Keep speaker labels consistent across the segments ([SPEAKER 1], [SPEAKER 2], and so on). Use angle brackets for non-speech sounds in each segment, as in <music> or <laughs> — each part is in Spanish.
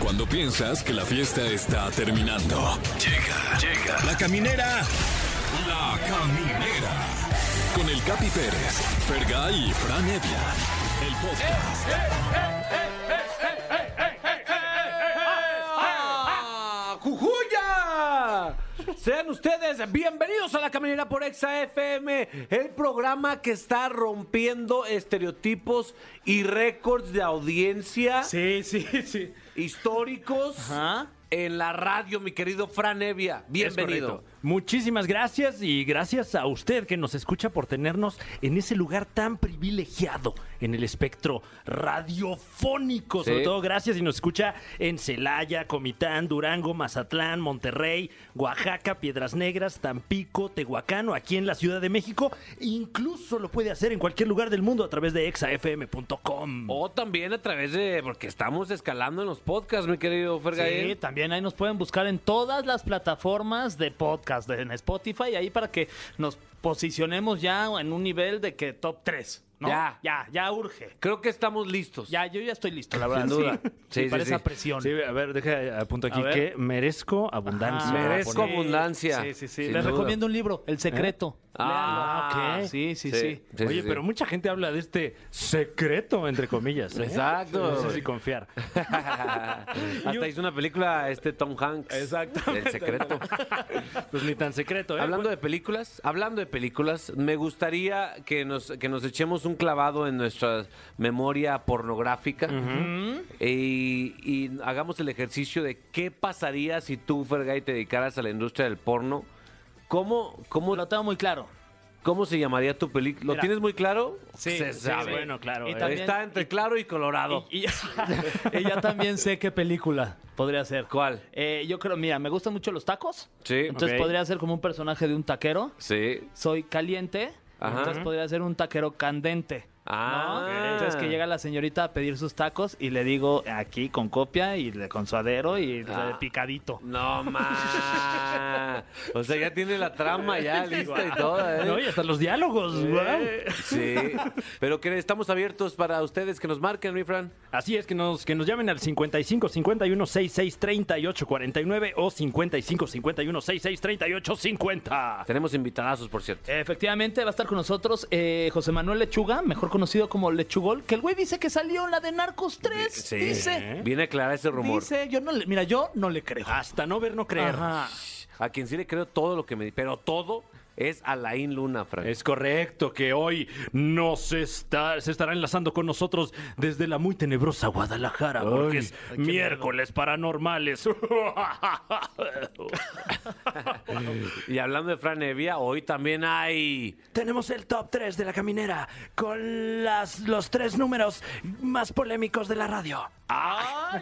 [SPEAKER 1] Cuando piensas que la fiesta está terminando. Llega, llega. La caminera. La caminera. Con el Capi Pérez, Fergay y Fran Evia. El podcast.
[SPEAKER 2] ¡Ah! ¡Jujuya! Sean ustedes bienvenidos a la caminera por Exa FM, el programa que está rompiendo estereotipos y récords de audiencia
[SPEAKER 3] Sí, sí, sí.
[SPEAKER 2] históricos
[SPEAKER 3] Ajá.
[SPEAKER 2] en la radio, mi querido Fran Evia.
[SPEAKER 3] Es
[SPEAKER 2] Bienvenido.
[SPEAKER 3] correcto.
[SPEAKER 4] Muchísimas gracias y gracias a usted que nos escucha por tenernos en ese lugar tan privilegiado en el espectro radiofónico.
[SPEAKER 2] Sí.
[SPEAKER 4] Sobre todo gracias y nos escucha en Celaya, Comitán, Durango, Mazatlán, Monterrey, Oaxaca, Piedras Negras, Tampico, Tehuacán o aquí en la Ciudad de México. Incluso lo puede hacer en cualquier lugar del mundo a través de exafm.com.
[SPEAKER 3] Oh,
[SPEAKER 2] O también a través de, porque estamos escalando en los podcasts, mi querido
[SPEAKER 3] Sí,
[SPEAKER 2] Fergay.
[SPEAKER 3] también ahí nos pueden buscar en todas las plataformas de podcast, en Spotify, ahí para que nos posicionemos ya en un nivel de que top 3, ¿no?
[SPEAKER 2] Ya.
[SPEAKER 3] Ya, ya urge.
[SPEAKER 2] Creo que estamos listos.
[SPEAKER 3] Ya, yo ya estoy listo, la verdad.
[SPEAKER 2] Sin duda.
[SPEAKER 3] Sí,
[SPEAKER 2] Sí,
[SPEAKER 3] <laughs> sí,
[SPEAKER 2] sí,
[SPEAKER 3] para
[SPEAKER 2] sí.
[SPEAKER 3] esa presión.
[SPEAKER 4] Sí, a ver, deja apunto aquí
[SPEAKER 3] A ver.
[SPEAKER 4] que merezco abundancia.
[SPEAKER 3] Ah,
[SPEAKER 2] Merezco
[SPEAKER 3] sí.
[SPEAKER 2] abundancia.
[SPEAKER 3] Sí, sí, sí.
[SPEAKER 2] Sin
[SPEAKER 3] Les
[SPEAKER 2] duda.
[SPEAKER 3] recomiendo un libro, El Secreto.
[SPEAKER 2] Ah,
[SPEAKER 3] Léanlo.
[SPEAKER 4] ok.
[SPEAKER 3] Sí, sí, sí.
[SPEAKER 2] sí,
[SPEAKER 4] Oye,
[SPEAKER 2] sí.
[SPEAKER 4] pero mucha gente habla de este secreto, entre comillas. ¿eh?
[SPEAKER 2] Exacto.
[SPEAKER 4] No sé si confiar.
[SPEAKER 2] <laughs> Hasta hizo una película este Tom Hanks.
[SPEAKER 3] Exactamente.
[SPEAKER 2] El secreto.
[SPEAKER 4] Pues ni tan secreto, ¿eh?
[SPEAKER 3] pues.
[SPEAKER 2] Hablando de películas, hablando de películas, me gustaría que nos, que nos echemos un clavado en nuestra memoria pornográfica eh, y, y hagamos el ejercicio de qué pasaría si tú, Fergay, te dedicaras a la industria del porno. ¿Cómo, cómo,
[SPEAKER 3] Lo tengo muy claro.
[SPEAKER 2] cómo se llamaría tu película? ¿Lo
[SPEAKER 3] Mira.
[SPEAKER 2] tienes muy claro?
[SPEAKER 3] Sí,
[SPEAKER 2] se
[SPEAKER 3] sí,
[SPEAKER 2] sabe.
[SPEAKER 4] Pues, bueno, claro.
[SPEAKER 3] Y
[SPEAKER 4] eh.
[SPEAKER 3] también-
[SPEAKER 2] Está entre claro y colorado.
[SPEAKER 3] Y, y- y ya <laughs> también sé qué película podría ser.
[SPEAKER 2] ¿Cuál?
[SPEAKER 3] Eh, yo creo, mira, me gustan mucho los tacos.
[SPEAKER 2] Sí,
[SPEAKER 3] Entonces
[SPEAKER 4] ok.
[SPEAKER 3] podría ser como un personaje de un taquero.
[SPEAKER 2] Sí.
[SPEAKER 3] Soy caliente.
[SPEAKER 2] Ajá.
[SPEAKER 3] Entonces podría ser un taquero candente. ¿no?
[SPEAKER 2] Ah, ok.
[SPEAKER 3] Entonces que llega la señorita a pedir sus tacos y le digo aquí con copia y le- con suadero y
[SPEAKER 2] Ah.
[SPEAKER 3] eh, picadito. <laughs>
[SPEAKER 2] No más. O sea, ya tiene la trama ya lista y todo, ¿eh?
[SPEAKER 4] No, y hasta los diálogos, guau.
[SPEAKER 2] Sí, pero que estamos abiertos para ustedes que nos marquen, mi Fran.
[SPEAKER 4] Así es, que nos, que nos llamen al 55 51 66 38 49 o 55 51 66 38 50.
[SPEAKER 2] Tenemos invitadazos, por cierto.
[SPEAKER 3] Efectivamente, va a estar con nosotros eh, José Manuel Lechuga, mejor conocido como Lechugol, que el güey dice que salió en la de Narcos 3. Dice,
[SPEAKER 2] Viene a aclarar ese rumor.
[SPEAKER 3] dice, yo no le, mira, yo no le creo.
[SPEAKER 4] Hasta no ver, no creer.
[SPEAKER 3] Ajá.
[SPEAKER 2] A quien sí le creo todo lo que me dice, pero todo es Alain Luna, Fran.
[SPEAKER 4] Es correcto que hoy nos está, se estará enlazando con nosotros desde la muy tenebrosa Guadalajara, porque es miércoles paranormales.
[SPEAKER 2] Y hablando de Fran Evia, hoy también hay.
[SPEAKER 4] <laughs> Tenemos el top 3 de la caminera con las, los tres números más polémicos de la radio.
[SPEAKER 3] Ah.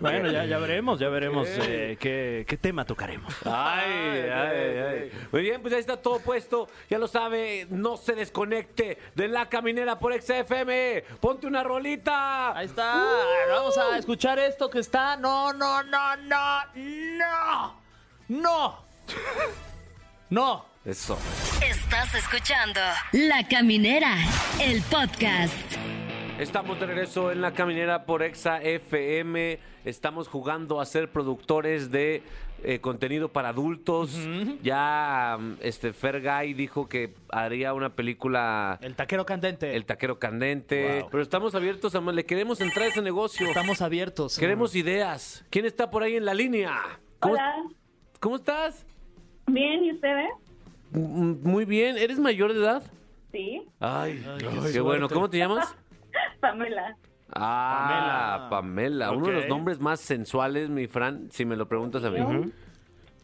[SPEAKER 4] Bueno, ya, ya veremos, ya veremos eh, qué, qué tema tocaremos.
[SPEAKER 2] Ay, ay, ay, Muy bien, pues ahí está todo puesto. Ya lo sabe, no se desconecte de la caminera por XFM. Ponte una rolita. Uh.
[SPEAKER 3] Ahí está. Vamos a escuchar esto que está. No, no, no, no, no. No.
[SPEAKER 2] <laughs>
[SPEAKER 3] No.
[SPEAKER 2] Eso.
[SPEAKER 5] Estás escuchando La Caminera, el podcast.
[SPEAKER 2] Estamos de regreso en la caminera por Exa FM. Estamos jugando a ser productores de eh, contenido para adultos. Ya mm, este Fergay dijo que haría una película
[SPEAKER 3] El taquero candente.
[SPEAKER 2] El taquero candente.
[SPEAKER 3] Wow.
[SPEAKER 2] Pero estamos abiertos a más. Le queremos entrar a ese negocio.
[SPEAKER 3] Estamos abiertos.
[SPEAKER 2] Queremos ideas. ¿Quién está por ahí en la línea? ¿Cómo,
[SPEAKER 6] Hola,
[SPEAKER 2] ¿Cómo estás?
[SPEAKER 6] bien, ¿y ustedes?
[SPEAKER 2] Mm, Muy bien. ¿Eres mayor de edad?
[SPEAKER 6] Sí,
[SPEAKER 2] Ay,
[SPEAKER 3] Ay, qué
[SPEAKER 2] qué
[SPEAKER 3] suerte.
[SPEAKER 2] bueno. ¿Cómo te llamas?
[SPEAKER 6] Pamela.
[SPEAKER 2] Ah, Pamela.
[SPEAKER 3] Pamela.
[SPEAKER 2] Uno de
[SPEAKER 4] Ok.
[SPEAKER 2] los nombres más sensuales, mi Fran, si me lo preguntas a mí.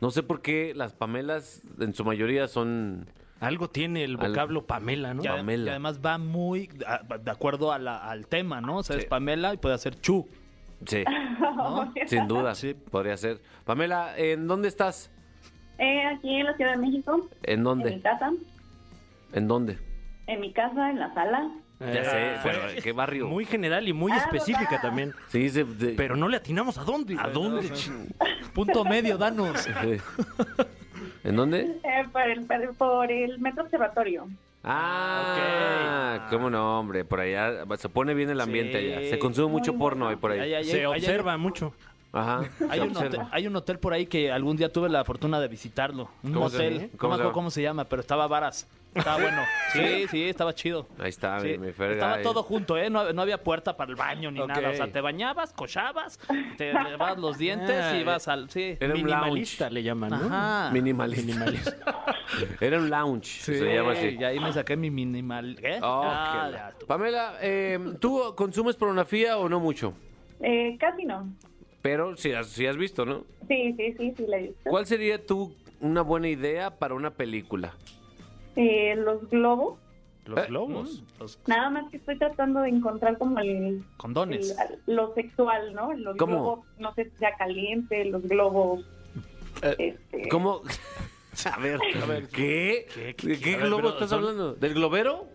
[SPEAKER 2] No sé por qué las Pamelas en su mayoría son...
[SPEAKER 4] Algo tiene el vocablo Pamela, ¿no?
[SPEAKER 3] Y, adem-
[SPEAKER 2] Pamela.
[SPEAKER 3] y además va muy a- de acuerdo a la- al tema, ¿no? O sea, es Pamela y puede hacer Chu.
[SPEAKER 2] Sí,
[SPEAKER 6] Oh, <laughs>
[SPEAKER 3] ¿no?
[SPEAKER 2] sin duda,
[SPEAKER 3] Sí.
[SPEAKER 2] podría ser. Pamela, ¿en dónde estás?
[SPEAKER 6] Eh, aquí en la Ciudad de México,
[SPEAKER 2] ¿En
[SPEAKER 6] en mi
[SPEAKER 2] dónde?
[SPEAKER 6] casa,
[SPEAKER 2] ¿En dónde?
[SPEAKER 6] en mi casa, en la sala.
[SPEAKER 2] Ya
[SPEAKER 3] Eh,
[SPEAKER 2] sé, pero ¿en qué barrio?
[SPEAKER 4] Eh, Muy general y muy
[SPEAKER 6] Ah,
[SPEAKER 4] específica
[SPEAKER 6] ¿verdad?
[SPEAKER 4] también.
[SPEAKER 2] Sí, se- de-
[SPEAKER 4] Pero no le atinamos a dónde. Ah,
[SPEAKER 2] ¿A dónde?
[SPEAKER 3] Punto medio,
[SPEAKER 2] <laughs>
[SPEAKER 3] danos.
[SPEAKER 2] Sí. ¿En dónde?
[SPEAKER 6] Eh, por, el, por el Metro Observatorio.
[SPEAKER 2] Ah,
[SPEAKER 3] ok.
[SPEAKER 2] cómo no, hombre. Por allá se pone bien el ambiente
[SPEAKER 3] Sí.
[SPEAKER 2] allá. Se consume mucho
[SPEAKER 6] Muy
[SPEAKER 2] porno
[SPEAKER 6] bueno.
[SPEAKER 2] ahí por ahí.
[SPEAKER 3] Ay, ay, ay,
[SPEAKER 4] Se
[SPEAKER 3] ay, ay,
[SPEAKER 4] observa mucho.
[SPEAKER 2] Ajá.
[SPEAKER 3] Hay
[SPEAKER 2] se
[SPEAKER 3] un, hotel,
[SPEAKER 2] observa.
[SPEAKER 3] hay un hotel por ahí que algún día tuve la fortuna de visitarlo. Un
[SPEAKER 2] ¿Cómo se
[SPEAKER 3] hotel. no me
[SPEAKER 2] llama? ¿Cómo se
[SPEAKER 3] acuerdo
[SPEAKER 2] llama?
[SPEAKER 3] cómo se llama, pero estaba varas. Estaba
[SPEAKER 2] <laughs>
[SPEAKER 3] bueno. Sí, sí, estaba chido.
[SPEAKER 2] Ahí está,
[SPEAKER 3] Sí,
[SPEAKER 2] mi, mi Ferga,
[SPEAKER 3] Estaba
[SPEAKER 2] ahí.
[SPEAKER 3] todo junto, ¿eh? No, no había puerta para el baño ni
[SPEAKER 4] Ok.
[SPEAKER 3] nada. O sea, te bañabas, cochabas, te lavabas los dientes
[SPEAKER 4] Ah,
[SPEAKER 3] y ibas al. Sí.
[SPEAKER 2] Era un lounge.
[SPEAKER 4] Minimalista le llaman, ¿no?
[SPEAKER 3] Ajá.
[SPEAKER 2] Minimalista. <laughs> Era un lounge. Se llama así.
[SPEAKER 3] Y ahí me saqué mi minimal. ¿Qué?
[SPEAKER 2] Oh,
[SPEAKER 3] Ah,
[SPEAKER 2] qué
[SPEAKER 3] ya,
[SPEAKER 2] la-
[SPEAKER 3] tú-
[SPEAKER 2] Pamela, eh, ¿tú consumes pornografía o no mucho?
[SPEAKER 6] Eh, casi no.
[SPEAKER 2] Pero si has, sí has visto, ¿no?
[SPEAKER 6] Sí, sí, sí, sí, la he visto.
[SPEAKER 2] ¿Cuál sería tú una buena idea para una película?
[SPEAKER 6] Eh, los globos.
[SPEAKER 4] Los
[SPEAKER 2] Eh,
[SPEAKER 4] globos.
[SPEAKER 3] Los
[SPEAKER 6] Nada más que estoy tratando de encontrar como el,
[SPEAKER 3] condones.
[SPEAKER 6] el- lo sexual, ¿no? Los
[SPEAKER 2] ¿Cómo?
[SPEAKER 6] globos, no sé si sea caliente, los globos. este,
[SPEAKER 2] Eh, ¿Cómo? <laughs> A ver, a ver, ¿qué?
[SPEAKER 4] ¿Qué,
[SPEAKER 2] ¿Qué,
[SPEAKER 4] qué, qué? A ver,
[SPEAKER 2] globo
[SPEAKER 4] pero
[SPEAKER 2] estás
[SPEAKER 4] son-
[SPEAKER 2] hablando? ¿Del globero?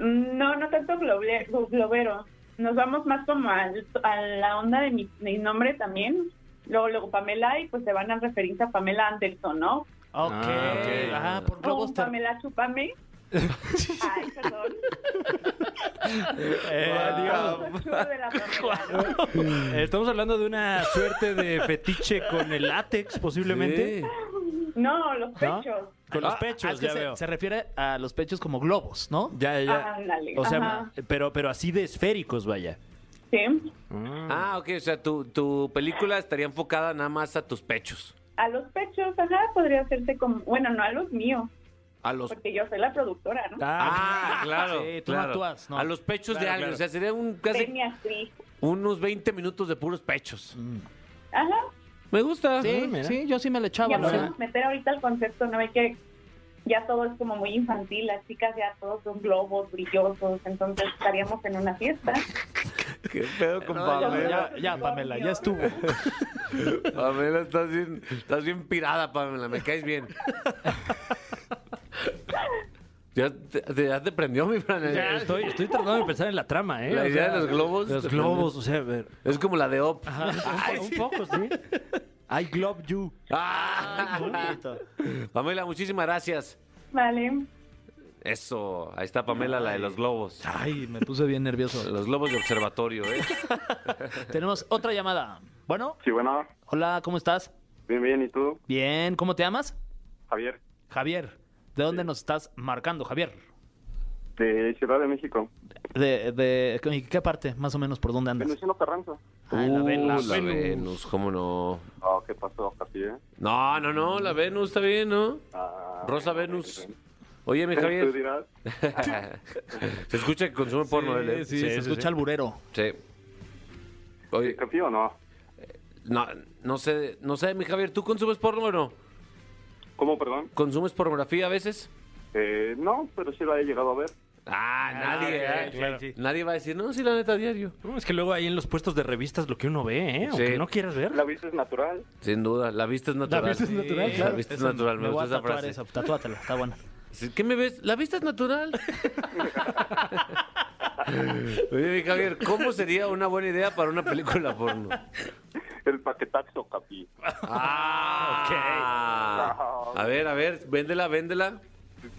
[SPEAKER 6] No, no tanto globle- globero. Nos vamos más como al- a la onda de mi, mi nombre también. Luego, luego Pamela y pues se van a referirse a Pamela Anderson, ¿no?
[SPEAKER 3] Ok. Ah,
[SPEAKER 4] ok.
[SPEAKER 3] por
[SPEAKER 6] O
[SPEAKER 3] globos
[SPEAKER 6] un
[SPEAKER 3] te-
[SPEAKER 6] Pamela Chupame. Ay, perdón.
[SPEAKER 3] eh, Ah,
[SPEAKER 6] Soy chulo de la Pamela.
[SPEAKER 4] Eh, Estamos hablando de una
[SPEAKER 3] <laughs>
[SPEAKER 4] suerte de fetiche con el látex, posiblemente.
[SPEAKER 2] Sí.
[SPEAKER 6] No, los pechos.
[SPEAKER 4] Con los
[SPEAKER 3] Ah,
[SPEAKER 4] pechos,
[SPEAKER 3] es que
[SPEAKER 4] ya
[SPEAKER 3] se,
[SPEAKER 4] veo.
[SPEAKER 3] se refiere a los pechos como globos, ¿no?
[SPEAKER 4] Ya, ya.
[SPEAKER 6] Ándale,
[SPEAKER 4] o sea,
[SPEAKER 6] ajá.
[SPEAKER 4] pero, pero así de esféricos, vaya.
[SPEAKER 6] Sí.
[SPEAKER 2] Ah, ok, o sea, tu, tu película estaría enfocada nada más a tus pechos.
[SPEAKER 6] A los pechos, ajá, podría hacerse como. Bueno, no a los míos,
[SPEAKER 2] A los...
[SPEAKER 6] porque yo soy la productora, ¿no?
[SPEAKER 2] Ah, claro,
[SPEAKER 3] Sí, tú no
[SPEAKER 2] claro.
[SPEAKER 3] actúas, no.
[SPEAKER 2] A los pechos de
[SPEAKER 4] Claro,
[SPEAKER 2] alguien,
[SPEAKER 4] claro.
[SPEAKER 2] o sea, sería un
[SPEAKER 6] Soy
[SPEAKER 2] casi
[SPEAKER 6] mi actriz.
[SPEAKER 2] unos 20 minutos de puros pechos.
[SPEAKER 6] Ajá.
[SPEAKER 2] Me gusta.
[SPEAKER 3] Sí,
[SPEAKER 4] Ah, mira.
[SPEAKER 3] sí, yo sí me le echaba.
[SPEAKER 6] Ya
[SPEAKER 3] la
[SPEAKER 6] podemos
[SPEAKER 3] verdad.
[SPEAKER 6] meter ahorita el concepto, ¿no? Hay que ya todo es como muy infantil, las chicas ya todos son globos brillosos, entonces estaríamos en una fiesta.
[SPEAKER 2] Qué pedo
[SPEAKER 3] <laughs>
[SPEAKER 2] con
[SPEAKER 3] No, ya,
[SPEAKER 2] Pamela.
[SPEAKER 3] ya, ya, Pamela, ya estuvo.
[SPEAKER 2] Pamela, estás bien, estás bien pirada, Pamela, me caes bien. <laughs> ya, te, te- ya te prendió mi plan.
[SPEAKER 4] Ya, Ah, estoy, estoy tratando de pensar en la trama, ¿eh?
[SPEAKER 2] La
[SPEAKER 4] O
[SPEAKER 2] idea
[SPEAKER 4] sea,
[SPEAKER 2] de los globos.
[SPEAKER 4] Los globos, o sea, a ver.
[SPEAKER 2] Es como la de Op.
[SPEAKER 4] Un, po- un poco, sí. I globe you.
[SPEAKER 2] Ah. Pamela, muchísimas gracias.
[SPEAKER 6] Vale.
[SPEAKER 2] Eso, ahí está Pamela, la de los globos.
[SPEAKER 3] Ay, me puse bien nervioso.
[SPEAKER 2] Los globos de observatorio, ¿eh?
[SPEAKER 3] Tenemos otra llamada. Bueno,
[SPEAKER 7] Sí, bueno,
[SPEAKER 3] hola, ¿cómo estás?
[SPEAKER 7] bien, bien, ¿y tú,
[SPEAKER 3] Bien, ¿cómo te llamas?
[SPEAKER 7] Javier?
[SPEAKER 3] Javier. ¿De dónde nos estás marcando, Javier?
[SPEAKER 7] De Ciudad de México.
[SPEAKER 3] De, de ¿en Eh, qué parte, más o menos, por dónde andas?
[SPEAKER 7] Venustiano Carranza.
[SPEAKER 3] Ay, la
[SPEAKER 2] Uh,
[SPEAKER 3] Venus.
[SPEAKER 2] la Venus, cómo no.
[SPEAKER 7] Ah, ¿qué pasó, Javier?
[SPEAKER 2] No, no, no, la Venus está bien, ¿no?
[SPEAKER 7] Ah,
[SPEAKER 2] Rosa
[SPEAKER 7] bueno,
[SPEAKER 2] Venus.
[SPEAKER 7] bien,
[SPEAKER 2] Oye, mi
[SPEAKER 7] bien. Tú
[SPEAKER 2] Javier.
[SPEAKER 7] dirás,
[SPEAKER 2] Se escucha que consume porno, él, ¿eh?
[SPEAKER 3] Sí, se escucha el burero.
[SPEAKER 2] Sí. Oye,
[SPEAKER 7] ¿te fío o no?
[SPEAKER 2] no, no sé, no sé, mi Javier, ¿tú consumes porno o no?
[SPEAKER 7] ¿Cómo, perdón?
[SPEAKER 2] ¿Consumes pornografía a veces?
[SPEAKER 7] Eh, no, pero sí la he llegado a ver.
[SPEAKER 2] Ah, nadie, ¿eh? Nadie va a decir, no, sí, la neta, diario.
[SPEAKER 4] No, es que luego ahí en los puestos de revistas lo que uno ve, ¿eh? Aunque
[SPEAKER 2] Sí.
[SPEAKER 4] no quieras ver.
[SPEAKER 7] La vista es natural.
[SPEAKER 2] Sin duda, la vista es natural.
[SPEAKER 3] natural,
[SPEAKER 2] claro. La vista es natural, me
[SPEAKER 3] voy a
[SPEAKER 2] gusta esa
[SPEAKER 3] tatuar
[SPEAKER 2] frase.
[SPEAKER 3] esa, tatúatela, está buena.
[SPEAKER 2] Sí, ¿Qué me ves? La vista es natural. Oye, mi Javier, ¿cómo sería una buena idea para una película porno?
[SPEAKER 7] El paquetazo, capi.
[SPEAKER 2] Ah, A ver, a ver, véndela, véndela.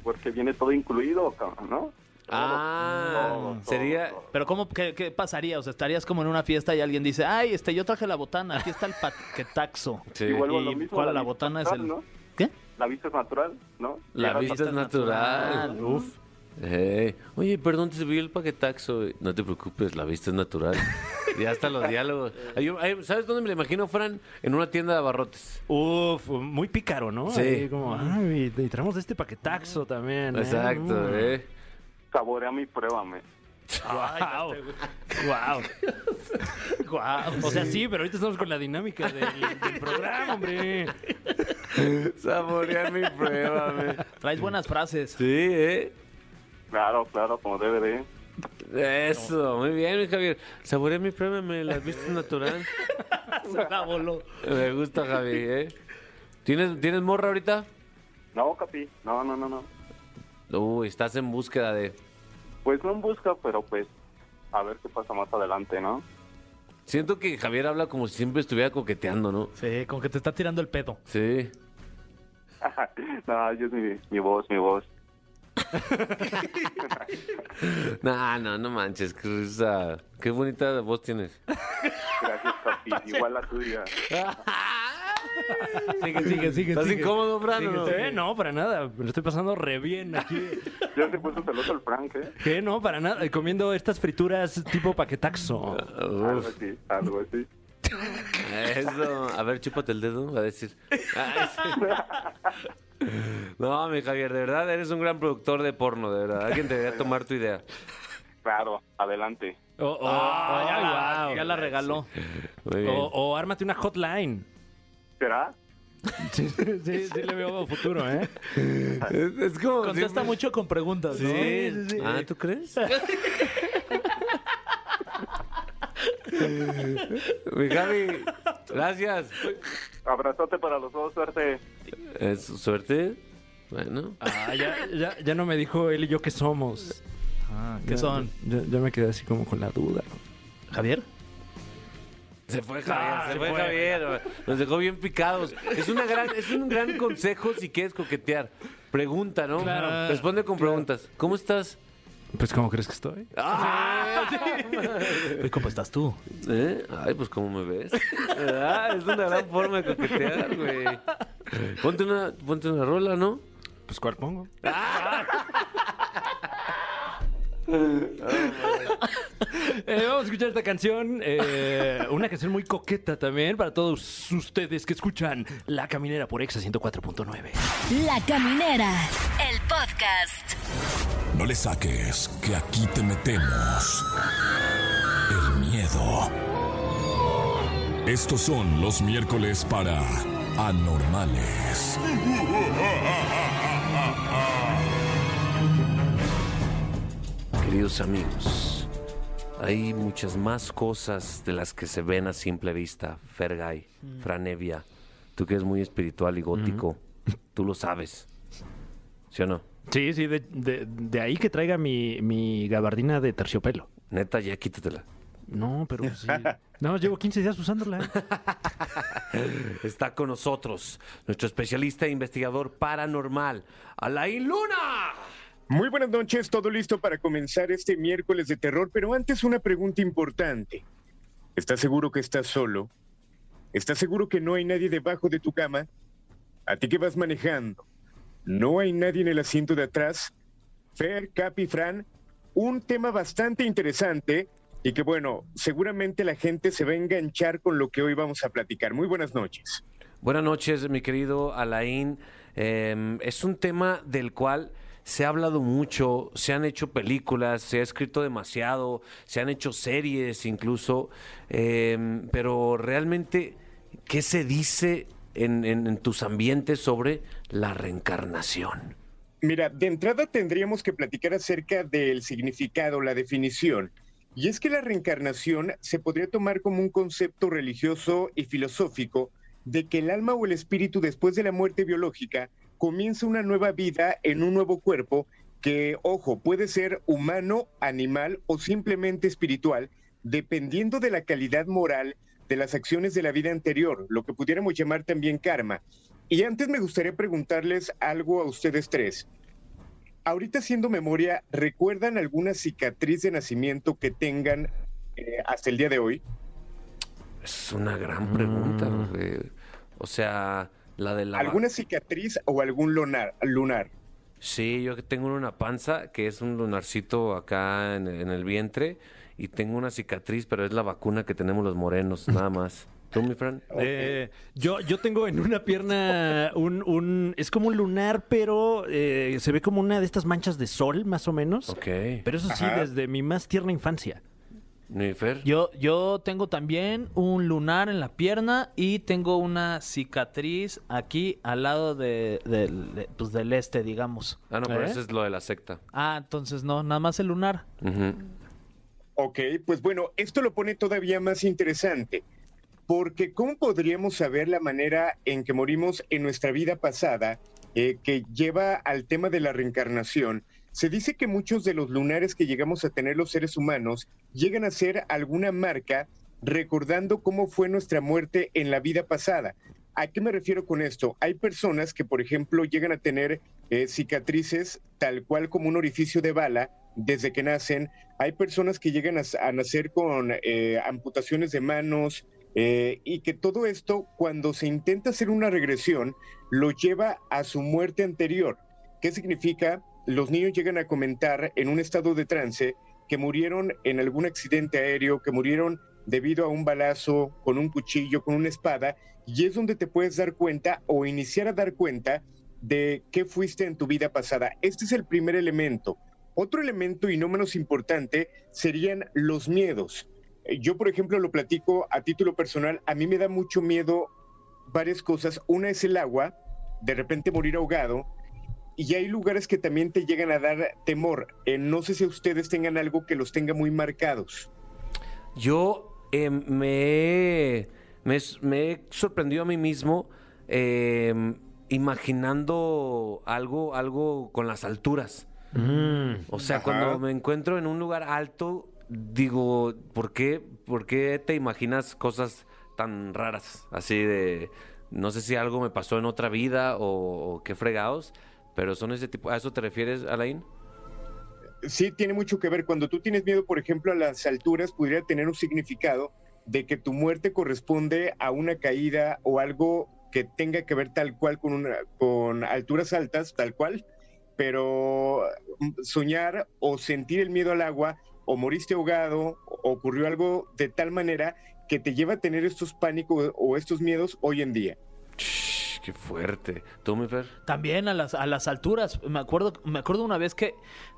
[SPEAKER 7] Porque viene todo incluido, cabrón, ¿no?
[SPEAKER 2] Ah, sería...
[SPEAKER 3] Pero ¿cómo, qué, qué pasaría? O sea, estarías como en una fiesta y alguien dice, ay, este, yo traje la botana, aquí está el paquetaxo.
[SPEAKER 2] Sí.
[SPEAKER 7] Y vuelvo a lo
[SPEAKER 3] ¿Y
[SPEAKER 7] mismo,
[SPEAKER 3] cuál la
[SPEAKER 7] vista
[SPEAKER 3] botana es
[SPEAKER 7] natural,
[SPEAKER 3] el...?
[SPEAKER 7] ¿no?
[SPEAKER 3] ¿Qué?
[SPEAKER 7] La vista es natural, ¿no?
[SPEAKER 2] La
[SPEAKER 7] Llegas
[SPEAKER 2] vista es natural. Uf. Oye, perdón, te vi el paquetaxo. No te preocupes, la vista es natural. y hasta los diálogos. Ay, yo- ay, ¿Sabes dónde me lo imagino, Fran? En una tienda de abarrotes.
[SPEAKER 4] Uf, muy pícaro, ¿no?
[SPEAKER 2] Sí.
[SPEAKER 4] Ahí como, ay, y traemos de este paquetaxo también. ¿eh?
[SPEAKER 2] Exacto,
[SPEAKER 4] Mm.
[SPEAKER 2] ¿eh?
[SPEAKER 7] a- Saboreame y pruébame.
[SPEAKER 4] Guau. Guau. Guau. O sea, sí, pero ahorita estamos con la dinámica del, del programa, hombre.
[SPEAKER 2] Saborear mi prueba,
[SPEAKER 3] Traes buenas frases.
[SPEAKER 2] <laughs> Sí, ¿eh?
[SPEAKER 7] Claro, claro, como debe de.
[SPEAKER 2] Eso, muy bien, mi Javier. Saborear mi prueba, me la vista es natural. Me gusta, Javi, ¿eh? ¿Tienes, ¿Tienes morra ahorita?
[SPEAKER 7] No, capi. No, no, no, no.
[SPEAKER 2] Uy, estás en búsqueda de...
[SPEAKER 7] Pues no en busca, pero pues a ver qué pasa más adelante, ¿no?
[SPEAKER 2] Siento que Javier habla como si siempre estuviera coqueteando, ¿no?
[SPEAKER 3] Sí, como que te está tirando el pedo.
[SPEAKER 2] Sí.
[SPEAKER 7] no, yo es mi, mi voz, mi voz.
[SPEAKER 2] No, no, no manches, Cruz. ah, Qué bonita voz tienes.
[SPEAKER 7] Gracias, papi. Igual la tuya.
[SPEAKER 3] Sigue, sigue, sigue.
[SPEAKER 2] ¿Estás
[SPEAKER 3] sigue.
[SPEAKER 2] incómodo, Fran? o no?
[SPEAKER 4] Eh, no, para nada. Me lo estoy pasando re bien aquí.
[SPEAKER 7] Ya se puso celoso el Frank, ¿eh?
[SPEAKER 4] ¿Qué? No, para nada. Eh, Comiendo estas frituras tipo paquetaxo.
[SPEAKER 7] Algo así, algo así.
[SPEAKER 2] Eso. A ver, chúpate el dedo, va a decir. Ay, sí. No, mi Javier, de verdad eres un gran productor de porno, de verdad. Alguien debería tomar tu idea.
[SPEAKER 7] Claro, adelante.
[SPEAKER 4] O, o-
[SPEAKER 3] Ah, ya, la-
[SPEAKER 4] wow.
[SPEAKER 3] ya la regaló.
[SPEAKER 2] Muy bien.
[SPEAKER 3] Oh,
[SPEAKER 4] o, o ármate una hotline.
[SPEAKER 7] ¿Será?
[SPEAKER 4] Sí, sí, sí le veo futuro, ¿eh?
[SPEAKER 2] Es, es como.
[SPEAKER 3] Contesta
[SPEAKER 2] siempre-
[SPEAKER 3] mucho con preguntas, ¿no?
[SPEAKER 2] Sí. Ah, ¿tú crees? Mi Javi, gracias.
[SPEAKER 7] Abrazote para los dos, suerte.
[SPEAKER 2] Es suerte. Bueno.
[SPEAKER 4] Ah, ya, ya, ya no me dijo él y yo qué somos.
[SPEAKER 3] ¿Qué
[SPEAKER 4] Ya-
[SPEAKER 3] son?
[SPEAKER 4] Ya, ya me quedé así como con la duda.
[SPEAKER 3] ¿Javier?
[SPEAKER 2] Se fue Javier, Ah, se,
[SPEAKER 4] se
[SPEAKER 2] fue,
[SPEAKER 4] fue.
[SPEAKER 2] Javier. Nos dejó bien picados. Es, una gran, es un gran consejo si quieres coquetear. Pregunta, ¿no?
[SPEAKER 3] Claro.
[SPEAKER 2] Responde con preguntas. ¿Cómo estás?
[SPEAKER 4] Pues, ¿cómo crees que estoy?
[SPEAKER 3] Oye, ¿Cómo estás tú?
[SPEAKER 2] ¿Eh? Ay, pues ¿cómo me ves? Ah, es una gran forma de coquetear, güey. Ponte una, ponte una rola, ¿no?
[SPEAKER 4] Pues, ¿cuál pongo? Eh, vamos a escuchar esta canción, eh, una canción muy coqueta también para todos ustedes que escuchan La Caminera por Exa 104.9.
[SPEAKER 5] La Caminera, el podcast.
[SPEAKER 1] No le saques que aquí te metemos el miedo. Estos son los miércoles para anormales.
[SPEAKER 2] Queridos amigos, hay muchas más cosas de las que se ven a simple vista. Fergay, Franevia, tú que eres muy espiritual y gótico, tú lo sabes. ¿Sí o no?
[SPEAKER 4] Sí, sí, de, de- de ahí que traiga mi, mi gabardina de terciopelo.
[SPEAKER 2] Neta, ya quítatela.
[SPEAKER 4] No, pero sí. No, llevo 15 días usándola. ¿eh?
[SPEAKER 2] Está con nosotros nuestro especialista e investigador paranormal, Alain Luna.
[SPEAKER 8] Muy buenas noches, todo listo para comenzar este miércoles de terror, pero antes una pregunta importante. ¿Estás seguro que estás solo? ¿Estás seguro que no hay nadie debajo de tu cama? ¿A ti que vas manejando? ¿No hay nadie en el asiento de atrás? Fer, Capi, Fran, un tema bastante interesante y que bueno, seguramente la gente se va a enganchar con lo que hoy vamos a platicar. Muy buenas noches.
[SPEAKER 2] Buenas noches, mi querido Alain. Eh, es un tema del cual se ha hablado mucho, se han hecho películas, se ha escrito demasiado, se han hecho series incluso, Eh, pero realmente, ¿qué se dice en, en- en tus ambientes sobre la reencarnación?
[SPEAKER 8] Mira, de entrada tendríamos que platicar acerca del significado, la definición. Y es que la reencarnación se podría tomar como un concepto religioso y filosófico de que el alma o el espíritu después de la muerte biológica comienza una nueva vida en un nuevo cuerpo que, ojo, puede ser humano, animal o simplemente espiritual, dependiendo de la calidad moral de las acciones de la vida anterior, lo que pudiéramos llamar también karma. Y antes me gustaría preguntarles algo a ustedes tres. Ahorita haciendo memoria, ¿recuerdan alguna cicatriz de nacimiento que tengan eh, hasta el día de hoy?
[SPEAKER 2] Es una gran pregunta. eh. O sea, la de la...
[SPEAKER 8] ¿Alguna cicatriz o algún lunar? lunar?
[SPEAKER 2] Sí, yo que tengo una panza que es un lunarcito acá en, en el vientre y tengo una cicatriz, pero es la vacuna que tenemos los morenos, nada más. ¿Tú, mi Fran?
[SPEAKER 4] Eh, yo, yo tengo en una pierna un, un- Es como un lunar, pero eh, se ve como una de estas manchas de sol, más o menos.
[SPEAKER 2] Ok.
[SPEAKER 4] Pero eso sí,
[SPEAKER 8] Ajá.
[SPEAKER 4] desde mi más tierna infancia.
[SPEAKER 2] ¿Mi Fer?
[SPEAKER 3] Yo, yo tengo también un lunar en la pierna y tengo una cicatriz aquí al lado de, del- de- pues, del este, digamos.
[SPEAKER 2] Ah, no, pero
[SPEAKER 4] ¿Eh?
[SPEAKER 2] eso es lo de la secta.
[SPEAKER 3] Ah, entonces no, nada más el lunar.
[SPEAKER 2] Ujú.
[SPEAKER 8] Ok, pues bueno, esto lo pone todavía más interesante, porque ¿cómo podríamos saber la manera en que morimos en nuestra vida pasada eh, que lleva al tema de la reencarnación? Se dice que muchos de los lunares que llegamos a tener los seres humanos llegan a ser alguna marca recordando cómo fue nuestra muerte en la vida pasada. ¿A qué me refiero con esto? Hay personas que, por ejemplo, llegan a tener eh, cicatrices tal cual como un orificio de bala desde que nacen. Hay personas que llegan a, a nacer con eh, amputaciones de manos eh, y que todo esto, cuando se intenta hacer una regresión, lo lleva a su muerte anterior. ¿Qué significa? Los niños llegan a comentar en un estado de trance que murieron en algún accidente aéreo, que murieron debido a un balazo, con un cuchillo, con una espada, y es donde te puedes dar cuenta o iniciar a dar cuenta de qué fuiste en tu vida pasada. Este es el primer elemento. Otro elemento y no menos importante serían los miedos. Eh, Yo, por ejemplo, lo platico a título personal, a mí me da mucho miedo varias cosas. Una es el agua, de repente morir ahogado, y hay lugares que también te llegan a dar temor. Eh, no sé si ustedes tengan algo que los tenga muy marcados.
[SPEAKER 2] Yo eh, me, me, me he sorprendido a mí mismo eh, imaginando algo, algo con las alturas.
[SPEAKER 4] Mm.
[SPEAKER 2] O sea,
[SPEAKER 8] Ajá.
[SPEAKER 2] cuando me encuentro en un lugar alto, digo, ¿por qué, ¿por qué te imaginas cosas tan raras? Así de, no sé si algo me pasó en otra vida o, o qué fregados, pero son ese tipo. ¿A eso te refieres, Alain?
[SPEAKER 8] sí tiene mucho que ver. Cuando tú tienes miedo, por ejemplo, a las alturas, pudiera tener un significado de que tu muerte corresponde a una caída o algo que tenga que ver tal cual con, una, con alturas altas, tal cual, pero mm, soñar o sentir el miedo al agua o moriste ahogado, o ocurrió algo de tal manera que te lleva a tener estos pánicos o estos miedos hoy en día.
[SPEAKER 2] Shh, qué fuerte. ¿Tú, mi Fer?
[SPEAKER 3] También a las, a las alturas. Me acuerdo, me acuerdo una vez que,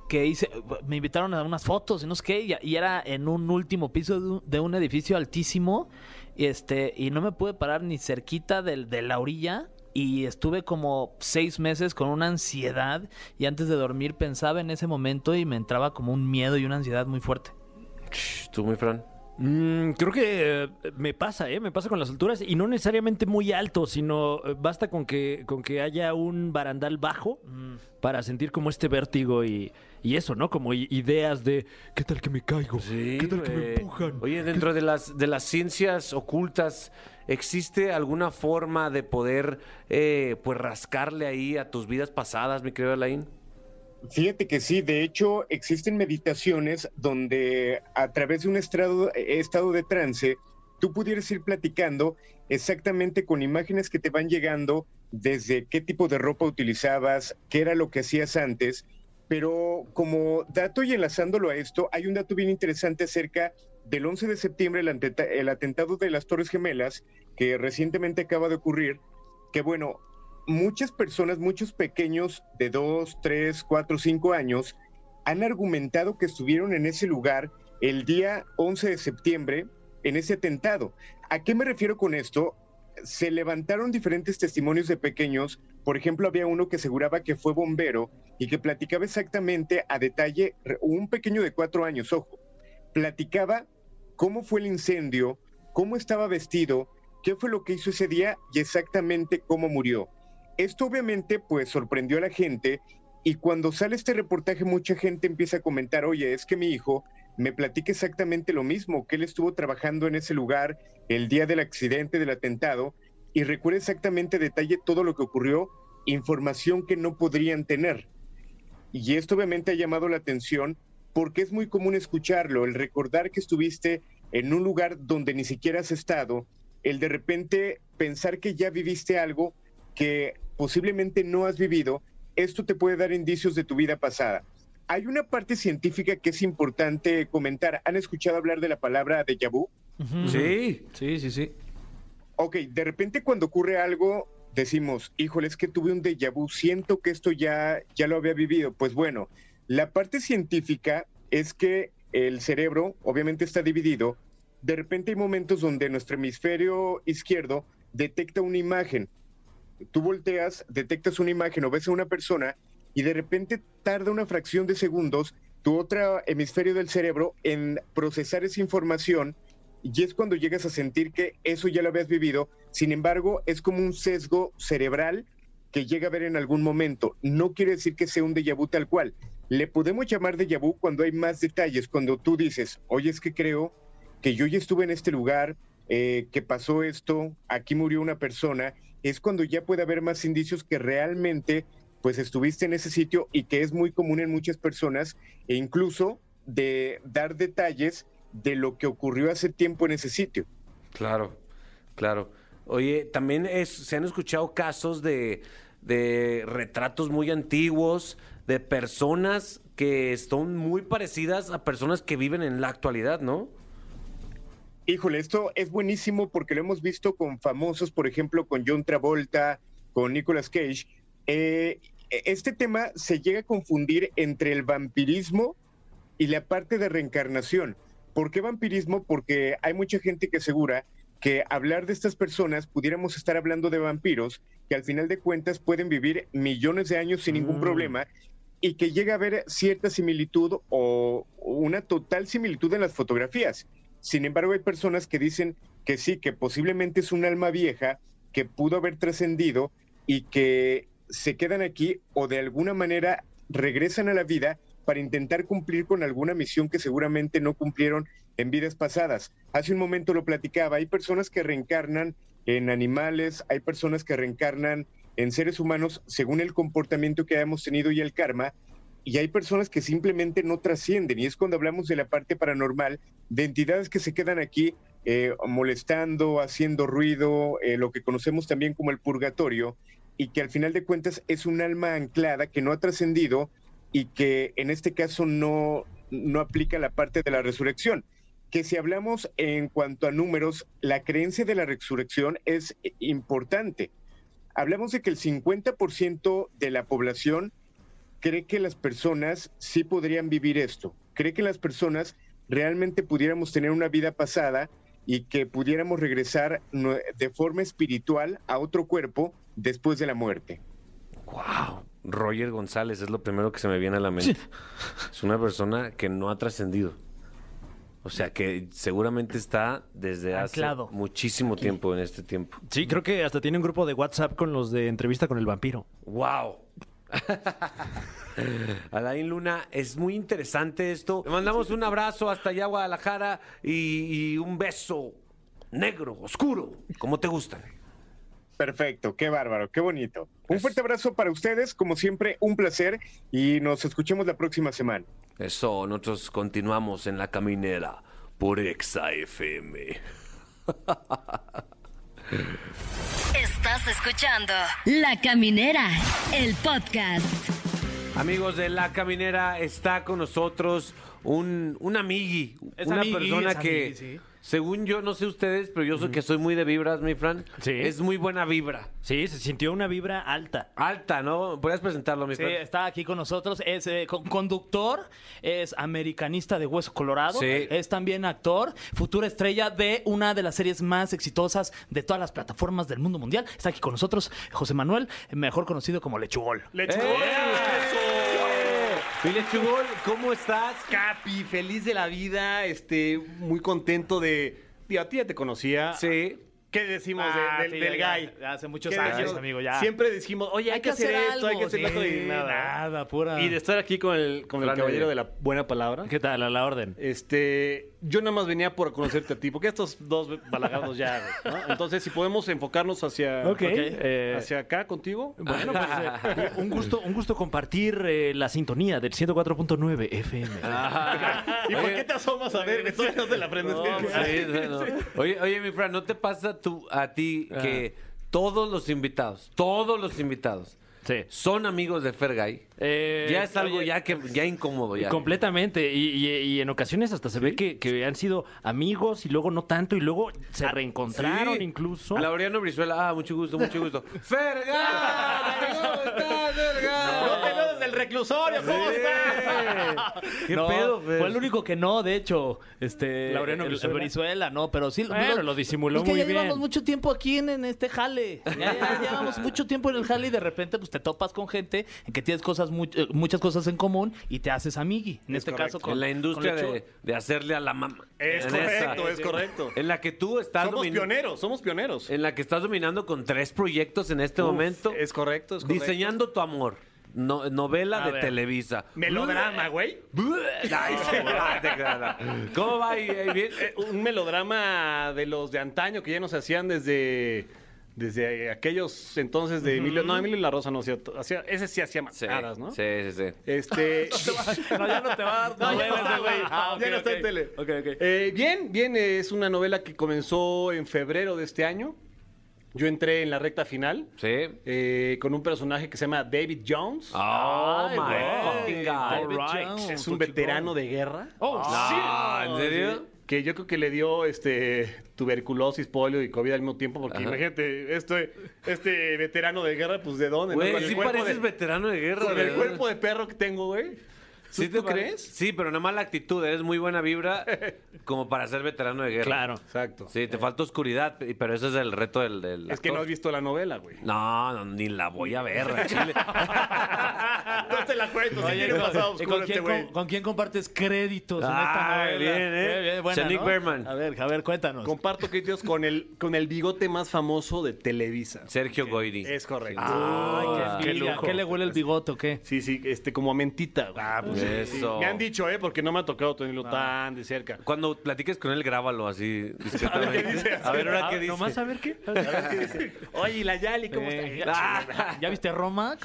[SPEAKER 3] que hice, me invitaron a unas fotos y no sé qué, y, y era en un último piso de un, de un edificio altísimo, y este, y no me pude parar ni cerquita del, de la orilla. Y estuve como seis meses con una ansiedad y antes de dormir pensaba en ese momento y me entraba como un miedo y una ansiedad muy fuerte.
[SPEAKER 2] Shh, ¿Tú, mi Fran?
[SPEAKER 4] Mm, creo que eh, me pasa, ¿eh? Me pasa con las alturas y no necesariamente muy alto, sino eh, basta con que, con que haya un barandal bajo para sentir como este vértigo y, y eso, ¿no? Como i- ideas de ¿qué tal que me caigo? ¿Qué tal que me
[SPEAKER 2] güey.
[SPEAKER 4] empujan?
[SPEAKER 2] Oye, dentro de las, de las ciencias ocultas, ¿existe alguna forma de poder eh, pues rascarle ahí a tus vidas pasadas, mi querido Alain?
[SPEAKER 8] Fíjate que sí, de hecho existen meditaciones donde a través de un estrado- eh, estado de trance tú pudieras ir platicando exactamente con imágenes que te van llegando desde qué tipo de ropa utilizabas, qué era lo que hacías antes, pero como dato y enlazándolo a esto, hay un dato bien interesante acerca del 11 de septiembre, el, anteta- el atentado de las Torres Gemelas, que recientemente acaba de ocurrir, que bueno, muchas personas, muchos pequeños de 2, 3, 4, 5 años, han argumentado que estuvieron en ese lugar el día 11 de septiembre en ese atentado. ¿A qué me refiero con esto? Se levantaron diferentes testimonios de pequeños. Por ejemplo, había uno que aseguraba que fue bombero y que platicaba exactamente a detalle, re- un pequeño de cuatro años, ojo, platicaba cómo fue el incendio, cómo estaba vestido, qué fue lo que hizo ese día y exactamente cómo murió. Esto obviamente pues sorprendió a la gente y cuando sale este reportaje mucha gente empieza a comentar, oye, es que mi hijo me platica exactamente lo mismo, que él estuvo trabajando en ese lugar el día del accidente, del atentado, y recuerda exactamente a detalle todo lo que ocurrió, información que no podrían tener. Y esto obviamente ha llamado la atención porque es muy común escucharlo, el recordar que estuviste en un lugar donde ni siquiera has estado, el de repente pensar que ya viviste algo que posiblemente no has vivido, esto te puede dar indicios de tu vida pasada. Hay una parte científica que es importante comentar. ¿Han escuchado hablar de la palabra de vu?
[SPEAKER 2] Sí.
[SPEAKER 3] Sí, sí, sí.
[SPEAKER 8] Ok, de repente cuando ocurre algo, decimos, híjole, es que tuve un déjà vu, siento que esto ya, ya lo había vivido. Pues bueno, la parte científica es que el cerebro obviamente está dividido. De repente hay momentos donde nuestro hemisferio izquierdo detecta una imagen. Tú volteas, detectas una imagen o ves a una persona y de repente tarda una fracción de segundos tu otro hemisferio del cerebro en procesar esa información y es cuando llegas a sentir que eso ya lo habías vivido. Sin embargo, es como un sesgo cerebral que llega a ver en algún momento. No quiere decir que sea un déjà vu tal cual. Le podemos llamar déjà vu cuando hay más detalles, cuando tú dices, oye, es que creo que yo ya estuve en este lugar, eh, que pasó esto, aquí murió una persona, es cuando ya puede haber más indicios que realmente pues estuviste en ese sitio y que es muy común en muchas personas e incluso de dar detalles de lo que ocurrió hace tiempo en ese sitio.
[SPEAKER 2] Claro, claro. Oye, también es- se han escuchado casos de, de retratos muy antiguos, de personas que son muy parecidas a personas que viven en la actualidad, ¿no?
[SPEAKER 8] Híjole, esto es buenísimo porque lo hemos visto con famosos, por ejemplo, con John Travolta, con Nicolas Cage. Eh, este tema se llega a confundir entre el vampirismo y la parte de reencarnación. ¿Por qué vampirismo? Porque hay mucha gente que asegura que hablar de estas personas pudiéramos estar hablando de vampiros que al final de cuentas pueden vivir millones de años sin ningún
[SPEAKER 2] Mm.
[SPEAKER 8] problema y que llega a haber cierta similitud o una total similitud en las fotografías. Sin embargo, hay personas que dicen que sí, que posiblemente es un alma vieja que pudo haber trascendido y que se quedan aquí o de alguna manera regresan a la vida para intentar cumplir con alguna misión que seguramente no cumplieron en vidas pasadas. Hace un momento lo platicaba, hay personas que reencarnan en animales, hay personas que reencarnan en seres humanos según el comportamiento que hayamos tenido y el karma, y hay personas que simplemente no trascienden, y es cuando hablamos de la parte paranormal, de entidades que se quedan aquí eh, molestando, haciendo ruido, eh, lo que conocemos también como el purgatorio, y que al final de cuentas es un alma anclada que no ha trascendido y que en este caso no, no aplica la parte de la resurrección. Que si hablamos en cuanto a números, la creencia de la resurrección es eh, importante. Hablamos de que el 50% de la población cree que las personas sí podrían vivir esto, cree que las personas realmente pudiéramos tener una vida pasada y que pudiéramos regresar nue- de forma espiritual a otro cuerpo después de la muerte.
[SPEAKER 2] ¡Wow! Roger González es lo primero que se me viene a la mente. Es una persona que no ha trascendido. O sea, que seguramente está desde
[SPEAKER 3] Anclado.
[SPEAKER 2] hace muchísimo tiempo en este tiempo.
[SPEAKER 4] Sí, creo que hasta tiene un grupo de WhatsApp con los de entrevista con el vampiro.
[SPEAKER 2] ¡Wow! <laughs> Alain Luna, es muy interesante esto. Le mandamos un abrazo hasta allá, Guadalajara, y, y un beso negro, oscuro, como te gustan.
[SPEAKER 8] Perfecto, qué bárbaro, qué bonito. Un fuerte abrazo para ustedes, como siempre, un placer y nos escuchemos la próxima semana.
[SPEAKER 2] Eso, nosotros continuamos en la caminera por Exa FM.
[SPEAKER 5] Estás escuchando La Caminera, el podcast.
[SPEAKER 2] Amigos de La Caminera, está con nosotros un, un amigui,
[SPEAKER 3] Es
[SPEAKER 2] una
[SPEAKER 3] amigui,
[SPEAKER 2] persona
[SPEAKER 3] es
[SPEAKER 2] que,
[SPEAKER 3] amigui, sí.
[SPEAKER 2] según yo, no sé ustedes, pero yo soy que soy muy de vibras, mi Fran.
[SPEAKER 4] Sí.
[SPEAKER 2] Es muy buena vibra.
[SPEAKER 4] Sí, se sintió una vibra alta.
[SPEAKER 2] Alta, ¿no? ¿Podrías presentarlo, mi
[SPEAKER 3] Sí,
[SPEAKER 2] Fran?
[SPEAKER 3] está aquí con nosotros, es eh, con- conductor, es americanista de Hueso Colorado,
[SPEAKER 2] Sí.
[SPEAKER 3] es también actor, futura estrella de una de las series más exitosas de todas las plataformas del mundo mundial. Está aquí con nosotros José Manuel, mejor conocido como Lechugol.
[SPEAKER 9] ¡Eh!
[SPEAKER 2] Mire, Chugol, ¿cómo estás?
[SPEAKER 9] Capi, feliz de la vida, este, muy contento de. Digo, a ti ya te conocía.
[SPEAKER 2] Sí.
[SPEAKER 9] ¿Qué decimos de-
[SPEAKER 3] Ah,
[SPEAKER 9] del,
[SPEAKER 3] sí,
[SPEAKER 9] del
[SPEAKER 3] ya,
[SPEAKER 9] guy?
[SPEAKER 3] ya, ya hace muchos
[SPEAKER 9] ¿Qué
[SPEAKER 3] años,
[SPEAKER 9] decimos?
[SPEAKER 3] amigo, ya.
[SPEAKER 9] Siempre decimos, oye, hay, que hacer, esto, hay que hacer
[SPEAKER 3] algo,
[SPEAKER 9] esto y
[SPEAKER 3] sí,
[SPEAKER 9] nada.
[SPEAKER 3] nada, pura-
[SPEAKER 9] Y de estar aquí con el, con el
[SPEAKER 2] Fran
[SPEAKER 9] caballero
[SPEAKER 2] Evia.
[SPEAKER 9] de la buena palabra.
[SPEAKER 4] ¿Qué tal? A la orden.
[SPEAKER 9] Este, yo nada más venía por conocerte a ti, porque estos dos balagados ya, güey, ¿no? Entonces, si podemos enfocarnos hacia,
[SPEAKER 4] Ok. Eh,
[SPEAKER 9] hacia acá contigo. Ah.
[SPEAKER 4] Bueno, pues eh, un, gusto, un gusto compartir eh, la sintonía del 104.9
[SPEAKER 9] <laughs>
[SPEAKER 4] FM.
[SPEAKER 9] ¿Y por qué te asomas a ver? Esto no te la aprendes.
[SPEAKER 2] Sí, no, no. Oye, oye, mi Fran, ¿no te pasa tú, a ti que todos los invitados, todos los invitados,
[SPEAKER 4] Sí.
[SPEAKER 2] son amigos de Fergay?
[SPEAKER 4] Eh,
[SPEAKER 2] ya es algo
[SPEAKER 4] oye,
[SPEAKER 2] ya que ya incómodo ya.
[SPEAKER 4] Completamente, y, y- y en ocasiones hasta se ve que, que han sido amigos y luego no tanto, y luego se reencontraron
[SPEAKER 2] Ah, Sí.
[SPEAKER 4] incluso.
[SPEAKER 2] Laureano Brizuela, ah, mucho gusto,
[SPEAKER 9] <laughs>
[SPEAKER 2] mucho gusto. ¡Fergay! <laughs> ¿Cómo estás,
[SPEAKER 9] No te
[SPEAKER 2] Fergay?
[SPEAKER 9] veo desde el reclusorio, ¿cómo estás?
[SPEAKER 4] <laughs>
[SPEAKER 2] ¿Qué
[SPEAKER 3] No,
[SPEAKER 2] pedo, Pues, Fer?
[SPEAKER 3] Fue el único que no, de hecho, este...
[SPEAKER 4] Laureano
[SPEAKER 3] el-
[SPEAKER 4] Brizuela.
[SPEAKER 3] Brizuela, no, pero sí...
[SPEAKER 4] Bueno, lo disimuló
[SPEAKER 3] es que
[SPEAKER 4] muy
[SPEAKER 3] ya
[SPEAKER 4] bien.
[SPEAKER 3] llevamos mucho tiempo aquí en, en este jale. Ya,
[SPEAKER 2] <laughs>
[SPEAKER 3] ya llevamos mucho tiempo en el jale y de repente pues te topas con gente en que tienes cosas mu- eh, muchas cosas en común y te haces amigui. En
[SPEAKER 9] Es
[SPEAKER 3] este
[SPEAKER 9] correcto.
[SPEAKER 3] caso con
[SPEAKER 2] en la industria
[SPEAKER 3] con
[SPEAKER 2] de,
[SPEAKER 3] Lechu-
[SPEAKER 2] de hacerle a la mamá.
[SPEAKER 9] Es
[SPEAKER 2] En esa.
[SPEAKER 9] correcto, es correcto.
[SPEAKER 2] En la que tú estás
[SPEAKER 9] Somos
[SPEAKER 2] domin-
[SPEAKER 9] pioneros, somos pioneros.
[SPEAKER 2] En la que estás dominando con tres proyectos en este
[SPEAKER 9] Uf,
[SPEAKER 2] momento.
[SPEAKER 9] Es correcto, es correcto.
[SPEAKER 2] Diseñando tu amor. No- novela
[SPEAKER 3] A
[SPEAKER 2] de
[SPEAKER 3] ver. <laughs>
[SPEAKER 2] Televisa.
[SPEAKER 9] Melodrama, güey.
[SPEAKER 2] Ay, sí, <laughs> no, te creas, no. ¿Cómo va ahí? ahí bien?
[SPEAKER 9] Eh, Un melodrama de los de antaño que ya nos hacían desde Desde aquellos entonces de Emilio. No, Emilio La Rosa no hacía. to- hacía- ese sí hacía
[SPEAKER 2] Sí,
[SPEAKER 9] matadas, ¿no?
[SPEAKER 2] sí, sí, sí.
[SPEAKER 9] Este.
[SPEAKER 3] <laughs> No, ya no te va a
[SPEAKER 9] <laughs>
[SPEAKER 3] dar
[SPEAKER 9] No, ya no
[SPEAKER 3] novelas,
[SPEAKER 9] está, güey.
[SPEAKER 3] Ah, ok,
[SPEAKER 9] Ya no está en
[SPEAKER 3] ok.
[SPEAKER 9] tele.
[SPEAKER 3] Ok, ok.
[SPEAKER 9] Eh, bien, bien, eh, es una novela que comenzó en febrero de este año. Yo entré en la recta final
[SPEAKER 2] Sí.
[SPEAKER 9] eh, con un personaje que se llama David Jones.
[SPEAKER 2] Oh
[SPEAKER 9] Ay,
[SPEAKER 2] my
[SPEAKER 9] güey.
[SPEAKER 2] fucking god.
[SPEAKER 9] David
[SPEAKER 3] Alright.
[SPEAKER 9] Jones es
[SPEAKER 3] Fuchigón.
[SPEAKER 9] un veterano de guerra.
[SPEAKER 3] Oh,
[SPEAKER 2] Ah, ¿en serio?
[SPEAKER 9] Que yo creo que le dio este tuberculosis, polio y COVID al mismo tiempo, porque
[SPEAKER 2] Ajá.
[SPEAKER 9] imagínate, este, este veterano de guerra, pues de dónde, no? Con
[SPEAKER 2] Güey,
[SPEAKER 9] el
[SPEAKER 2] sí
[SPEAKER 9] cuerpo
[SPEAKER 2] pareces
[SPEAKER 9] de-
[SPEAKER 2] veterano de guerra.
[SPEAKER 9] con el
[SPEAKER 2] ¿verdad?
[SPEAKER 9] cuerpo de perro que tengo, güey. ¿Sí
[SPEAKER 2] te
[SPEAKER 9] tú
[SPEAKER 2] pare-
[SPEAKER 9] crees?
[SPEAKER 2] Sí, pero nada más la actitud. Eres muy buena vibra como para ser veterano de guerra.
[SPEAKER 4] Claro.
[SPEAKER 9] Exacto.
[SPEAKER 2] Sí, te falta oscuridad, pe- pero ese es el reto del. del
[SPEAKER 9] Es que no
[SPEAKER 2] actor.
[SPEAKER 9] has visto la novela, güey.
[SPEAKER 2] No, no, ni la voy a ver, al chile.
[SPEAKER 9] No te la cuento, si
[SPEAKER 3] Oye,
[SPEAKER 9] tiene
[SPEAKER 3] ¿con-
[SPEAKER 9] pasado
[SPEAKER 3] ¿y
[SPEAKER 9] oscuro
[SPEAKER 3] con,
[SPEAKER 9] este
[SPEAKER 3] quién,
[SPEAKER 9] güey.
[SPEAKER 3] con- con quién compartes créditos en esta
[SPEAKER 2] Ah,
[SPEAKER 3] novela?
[SPEAKER 2] bien, ¿eh?
[SPEAKER 3] Bien, bien, buena,
[SPEAKER 2] Shanique
[SPEAKER 3] ¿no?
[SPEAKER 2] Berman.
[SPEAKER 3] A ver, a ver, cuéntanos.
[SPEAKER 9] Comparto críticos con el, con el bigote más famoso de Televisa.
[SPEAKER 2] <laughs> Sergio Goyri.
[SPEAKER 9] Es correcto.
[SPEAKER 3] Ay, qué
[SPEAKER 2] Ah,
[SPEAKER 3] envidia.
[SPEAKER 9] qué lujo.
[SPEAKER 3] ¿Qué le huele el bigote o qué?
[SPEAKER 9] Sí, sí, este, como a mentita. güey.
[SPEAKER 2] pues, eso.
[SPEAKER 9] Me han dicho, ¿eh? Porque no me ha tocado tenerlo tan de cerca. <laughs>
[SPEAKER 2] Cuando platiques con él, grábalo así. discretamente. A ver, ahora qué dice.
[SPEAKER 3] Ah, Nomás a ver qué.
[SPEAKER 9] Oye, ¿y la Yali cómo
[SPEAKER 3] Eh,
[SPEAKER 9] está?
[SPEAKER 3] <laughs> ah, ¿Ya viste Roma?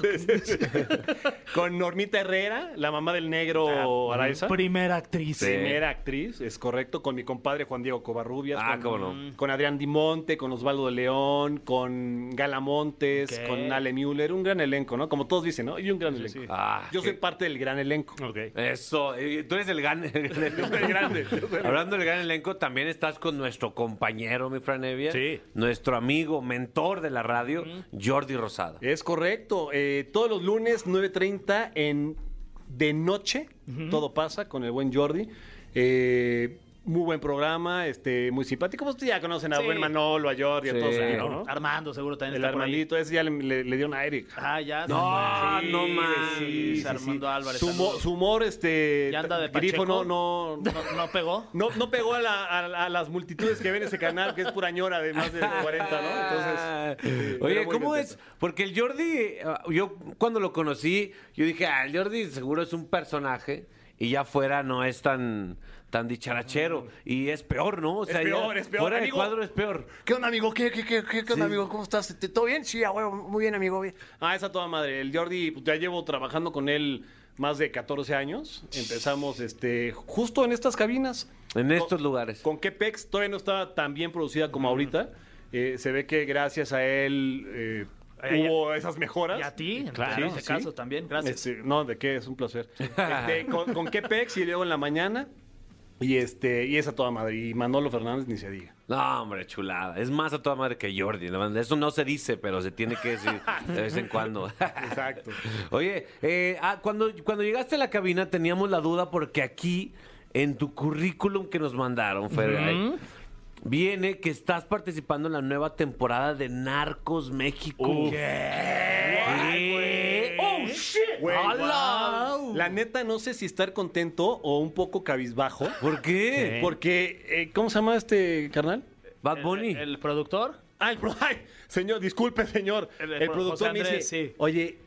[SPEAKER 9] Con Normita Herrera, la mamá del negro Araiza.
[SPEAKER 3] Primera actriz.
[SPEAKER 2] Sí.
[SPEAKER 9] Primera actriz, es correcto, con mi compadre Juan Diego Covarrubias.
[SPEAKER 2] Ah,
[SPEAKER 9] con,
[SPEAKER 2] cómo
[SPEAKER 4] mm.
[SPEAKER 2] no.
[SPEAKER 9] Con Adrián Dimonte, con Osvaldo de León, con Gala Montes,
[SPEAKER 3] Ok.
[SPEAKER 9] con Ale Müller. Un gran elenco, ¿no? Como todos dicen, ¿no? Y un gran elenco.
[SPEAKER 2] Ah,
[SPEAKER 9] Yo soy
[SPEAKER 2] qué-
[SPEAKER 9] parte del gran elenco.
[SPEAKER 2] Eso, eh, tú eres el gran.
[SPEAKER 9] El grande.
[SPEAKER 2] Hablando del gran elenco, también estás con nuestro compañero, mi Fran Evia.
[SPEAKER 4] Sí.
[SPEAKER 2] Nuestro amigo, mentor de la radio, Jordi Rosada.
[SPEAKER 9] Es correcto. eh, todos los lunes, 9.30 en de noche. Todo pasa con el buen Jordi. Eh, muy buen programa, este, muy simpático. Pues ya conocen a
[SPEAKER 3] Sí.
[SPEAKER 9] buen Manolo, a Jordi,
[SPEAKER 2] Sí.
[SPEAKER 9] a todos. ahí,
[SPEAKER 2] Claro.
[SPEAKER 9] ¿no?
[SPEAKER 3] Armando seguro también
[SPEAKER 9] El
[SPEAKER 3] está por ahí.
[SPEAKER 9] Armandito, ese ya le, le- le dio un aire.
[SPEAKER 3] Ah, ya.
[SPEAKER 2] No,
[SPEAKER 3] sí,
[SPEAKER 2] no
[SPEAKER 3] güey,
[SPEAKER 2] manches,
[SPEAKER 3] sí,
[SPEAKER 9] Sí, sí,
[SPEAKER 3] Armando
[SPEAKER 9] sí.
[SPEAKER 3] Álvarez.
[SPEAKER 9] Su, humor-
[SPEAKER 3] saludos.
[SPEAKER 9] su humor, este.
[SPEAKER 3] Ya anda de
[SPEAKER 9] Grifo
[SPEAKER 3] Pacheco.
[SPEAKER 9] no, no, no,
[SPEAKER 3] ¿No, no pegó?
[SPEAKER 9] no- no pegó a, la- a- a las multitudes que ven ese canal, que es pura ñora de más de 40, ¿no?
[SPEAKER 2] Ah.
[SPEAKER 9] Entonces. eh,
[SPEAKER 2] <laughs>
[SPEAKER 9] pero
[SPEAKER 2] Oye,
[SPEAKER 9] muy
[SPEAKER 2] ¿cómo
[SPEAKER 9] contento.
[SPEAKER 2] es? Porque el Jordi, eh, yo cuando lo conocí, yo dije, ah, el Jordi seguro es un personaje y ya fuera no es tan tan dicharachero y es peor, ¿no? O
[SPEAKER 9] Mm. Es
[SPEAKER 2] ya
[SPEAKER 9] peor, es peor,
[SPEAKER 2] Fuera de
[SPEAKER 9] amigo.
[SPEAKER 2] cuadro es peor.
[SPEAKER 9] ¿Qué onda, amigo? ¿Qué, qué, qué, qué, qué onda, amigo? ¿Cómo estás? ¿Te- ¿Todo bien? Sí, a huevo, muy bien, amigo. bien. Ah, esa toda madre. El Jordi, pues, ya llevo trabajando con él más de 14 años. Empezamos este justo en estas cabinas.
[SPEAKER 2] En estos lugares.
[SPEAKER 9] Con Kepex todavía no estaba tan bien producida como ahorita. Eh, se ve que gracias a él eh,
[SPEAKER 3] Ay,
[SPEAKER 9] hubo esas mejoras.
[SPEAKER 3] ¿Y a ti?
[SPEAKER 9] Claro,
[SPEAKER 3] Claro. En este
[SPEAKER 9] sí.
[SPEAKER 3] caso también, gracias.
[SPEAKER 9] Este, no, de qué, es un placer.
[SPEAKER 3] <laughs>
[SPEAKER 9] Este, con, con Kepex y luego en la mañana. Y este y esa toda madre. Y Manolo Fernández ni se diga.
[SPEAKER 2] No, hombre, chulada. Es más a toda madre que Jordi. la verdad. Eso no se dice, pero se tiene que decir de vez en cuando. <laughs>
[SPEAKER 9] Exacto.
[SPEAKER 2] Oye, eh, ah, cuando, cuando llegaste a la cabina teníamos la duda porque aquí, en tu currículum que nos mandaron, Fergay, viene que estás participando en la nueva temporada de Narcos México. ¿Qué? ¡Oh, shit!
[SPEAKER 9] Güey, wow. La neta, no sé si estar contento o un poco cabizbajo.
[SPEAKER 2] ¿Por qué?
[SPEAKER 9] Porque, eh, ¿cómo se llama este carnal?
[SPEAKER 2] Bad Bunny.
[SPEAKER 3] ¿El, el productor?
[SPEAKER 9] Ah, el pro- ay, señor, disculpe, señor.
[SPEAKER 3] El-
[SPEAKER 9] El,
[SPEAKER 3] el pro-
[SPEAKER 9] productor
[SPEAKER 3] Eh, José
[SPEAKER 9] me dice,
[SPEAKER 3] Andrés, sí.
[SPEAKER 9] oye,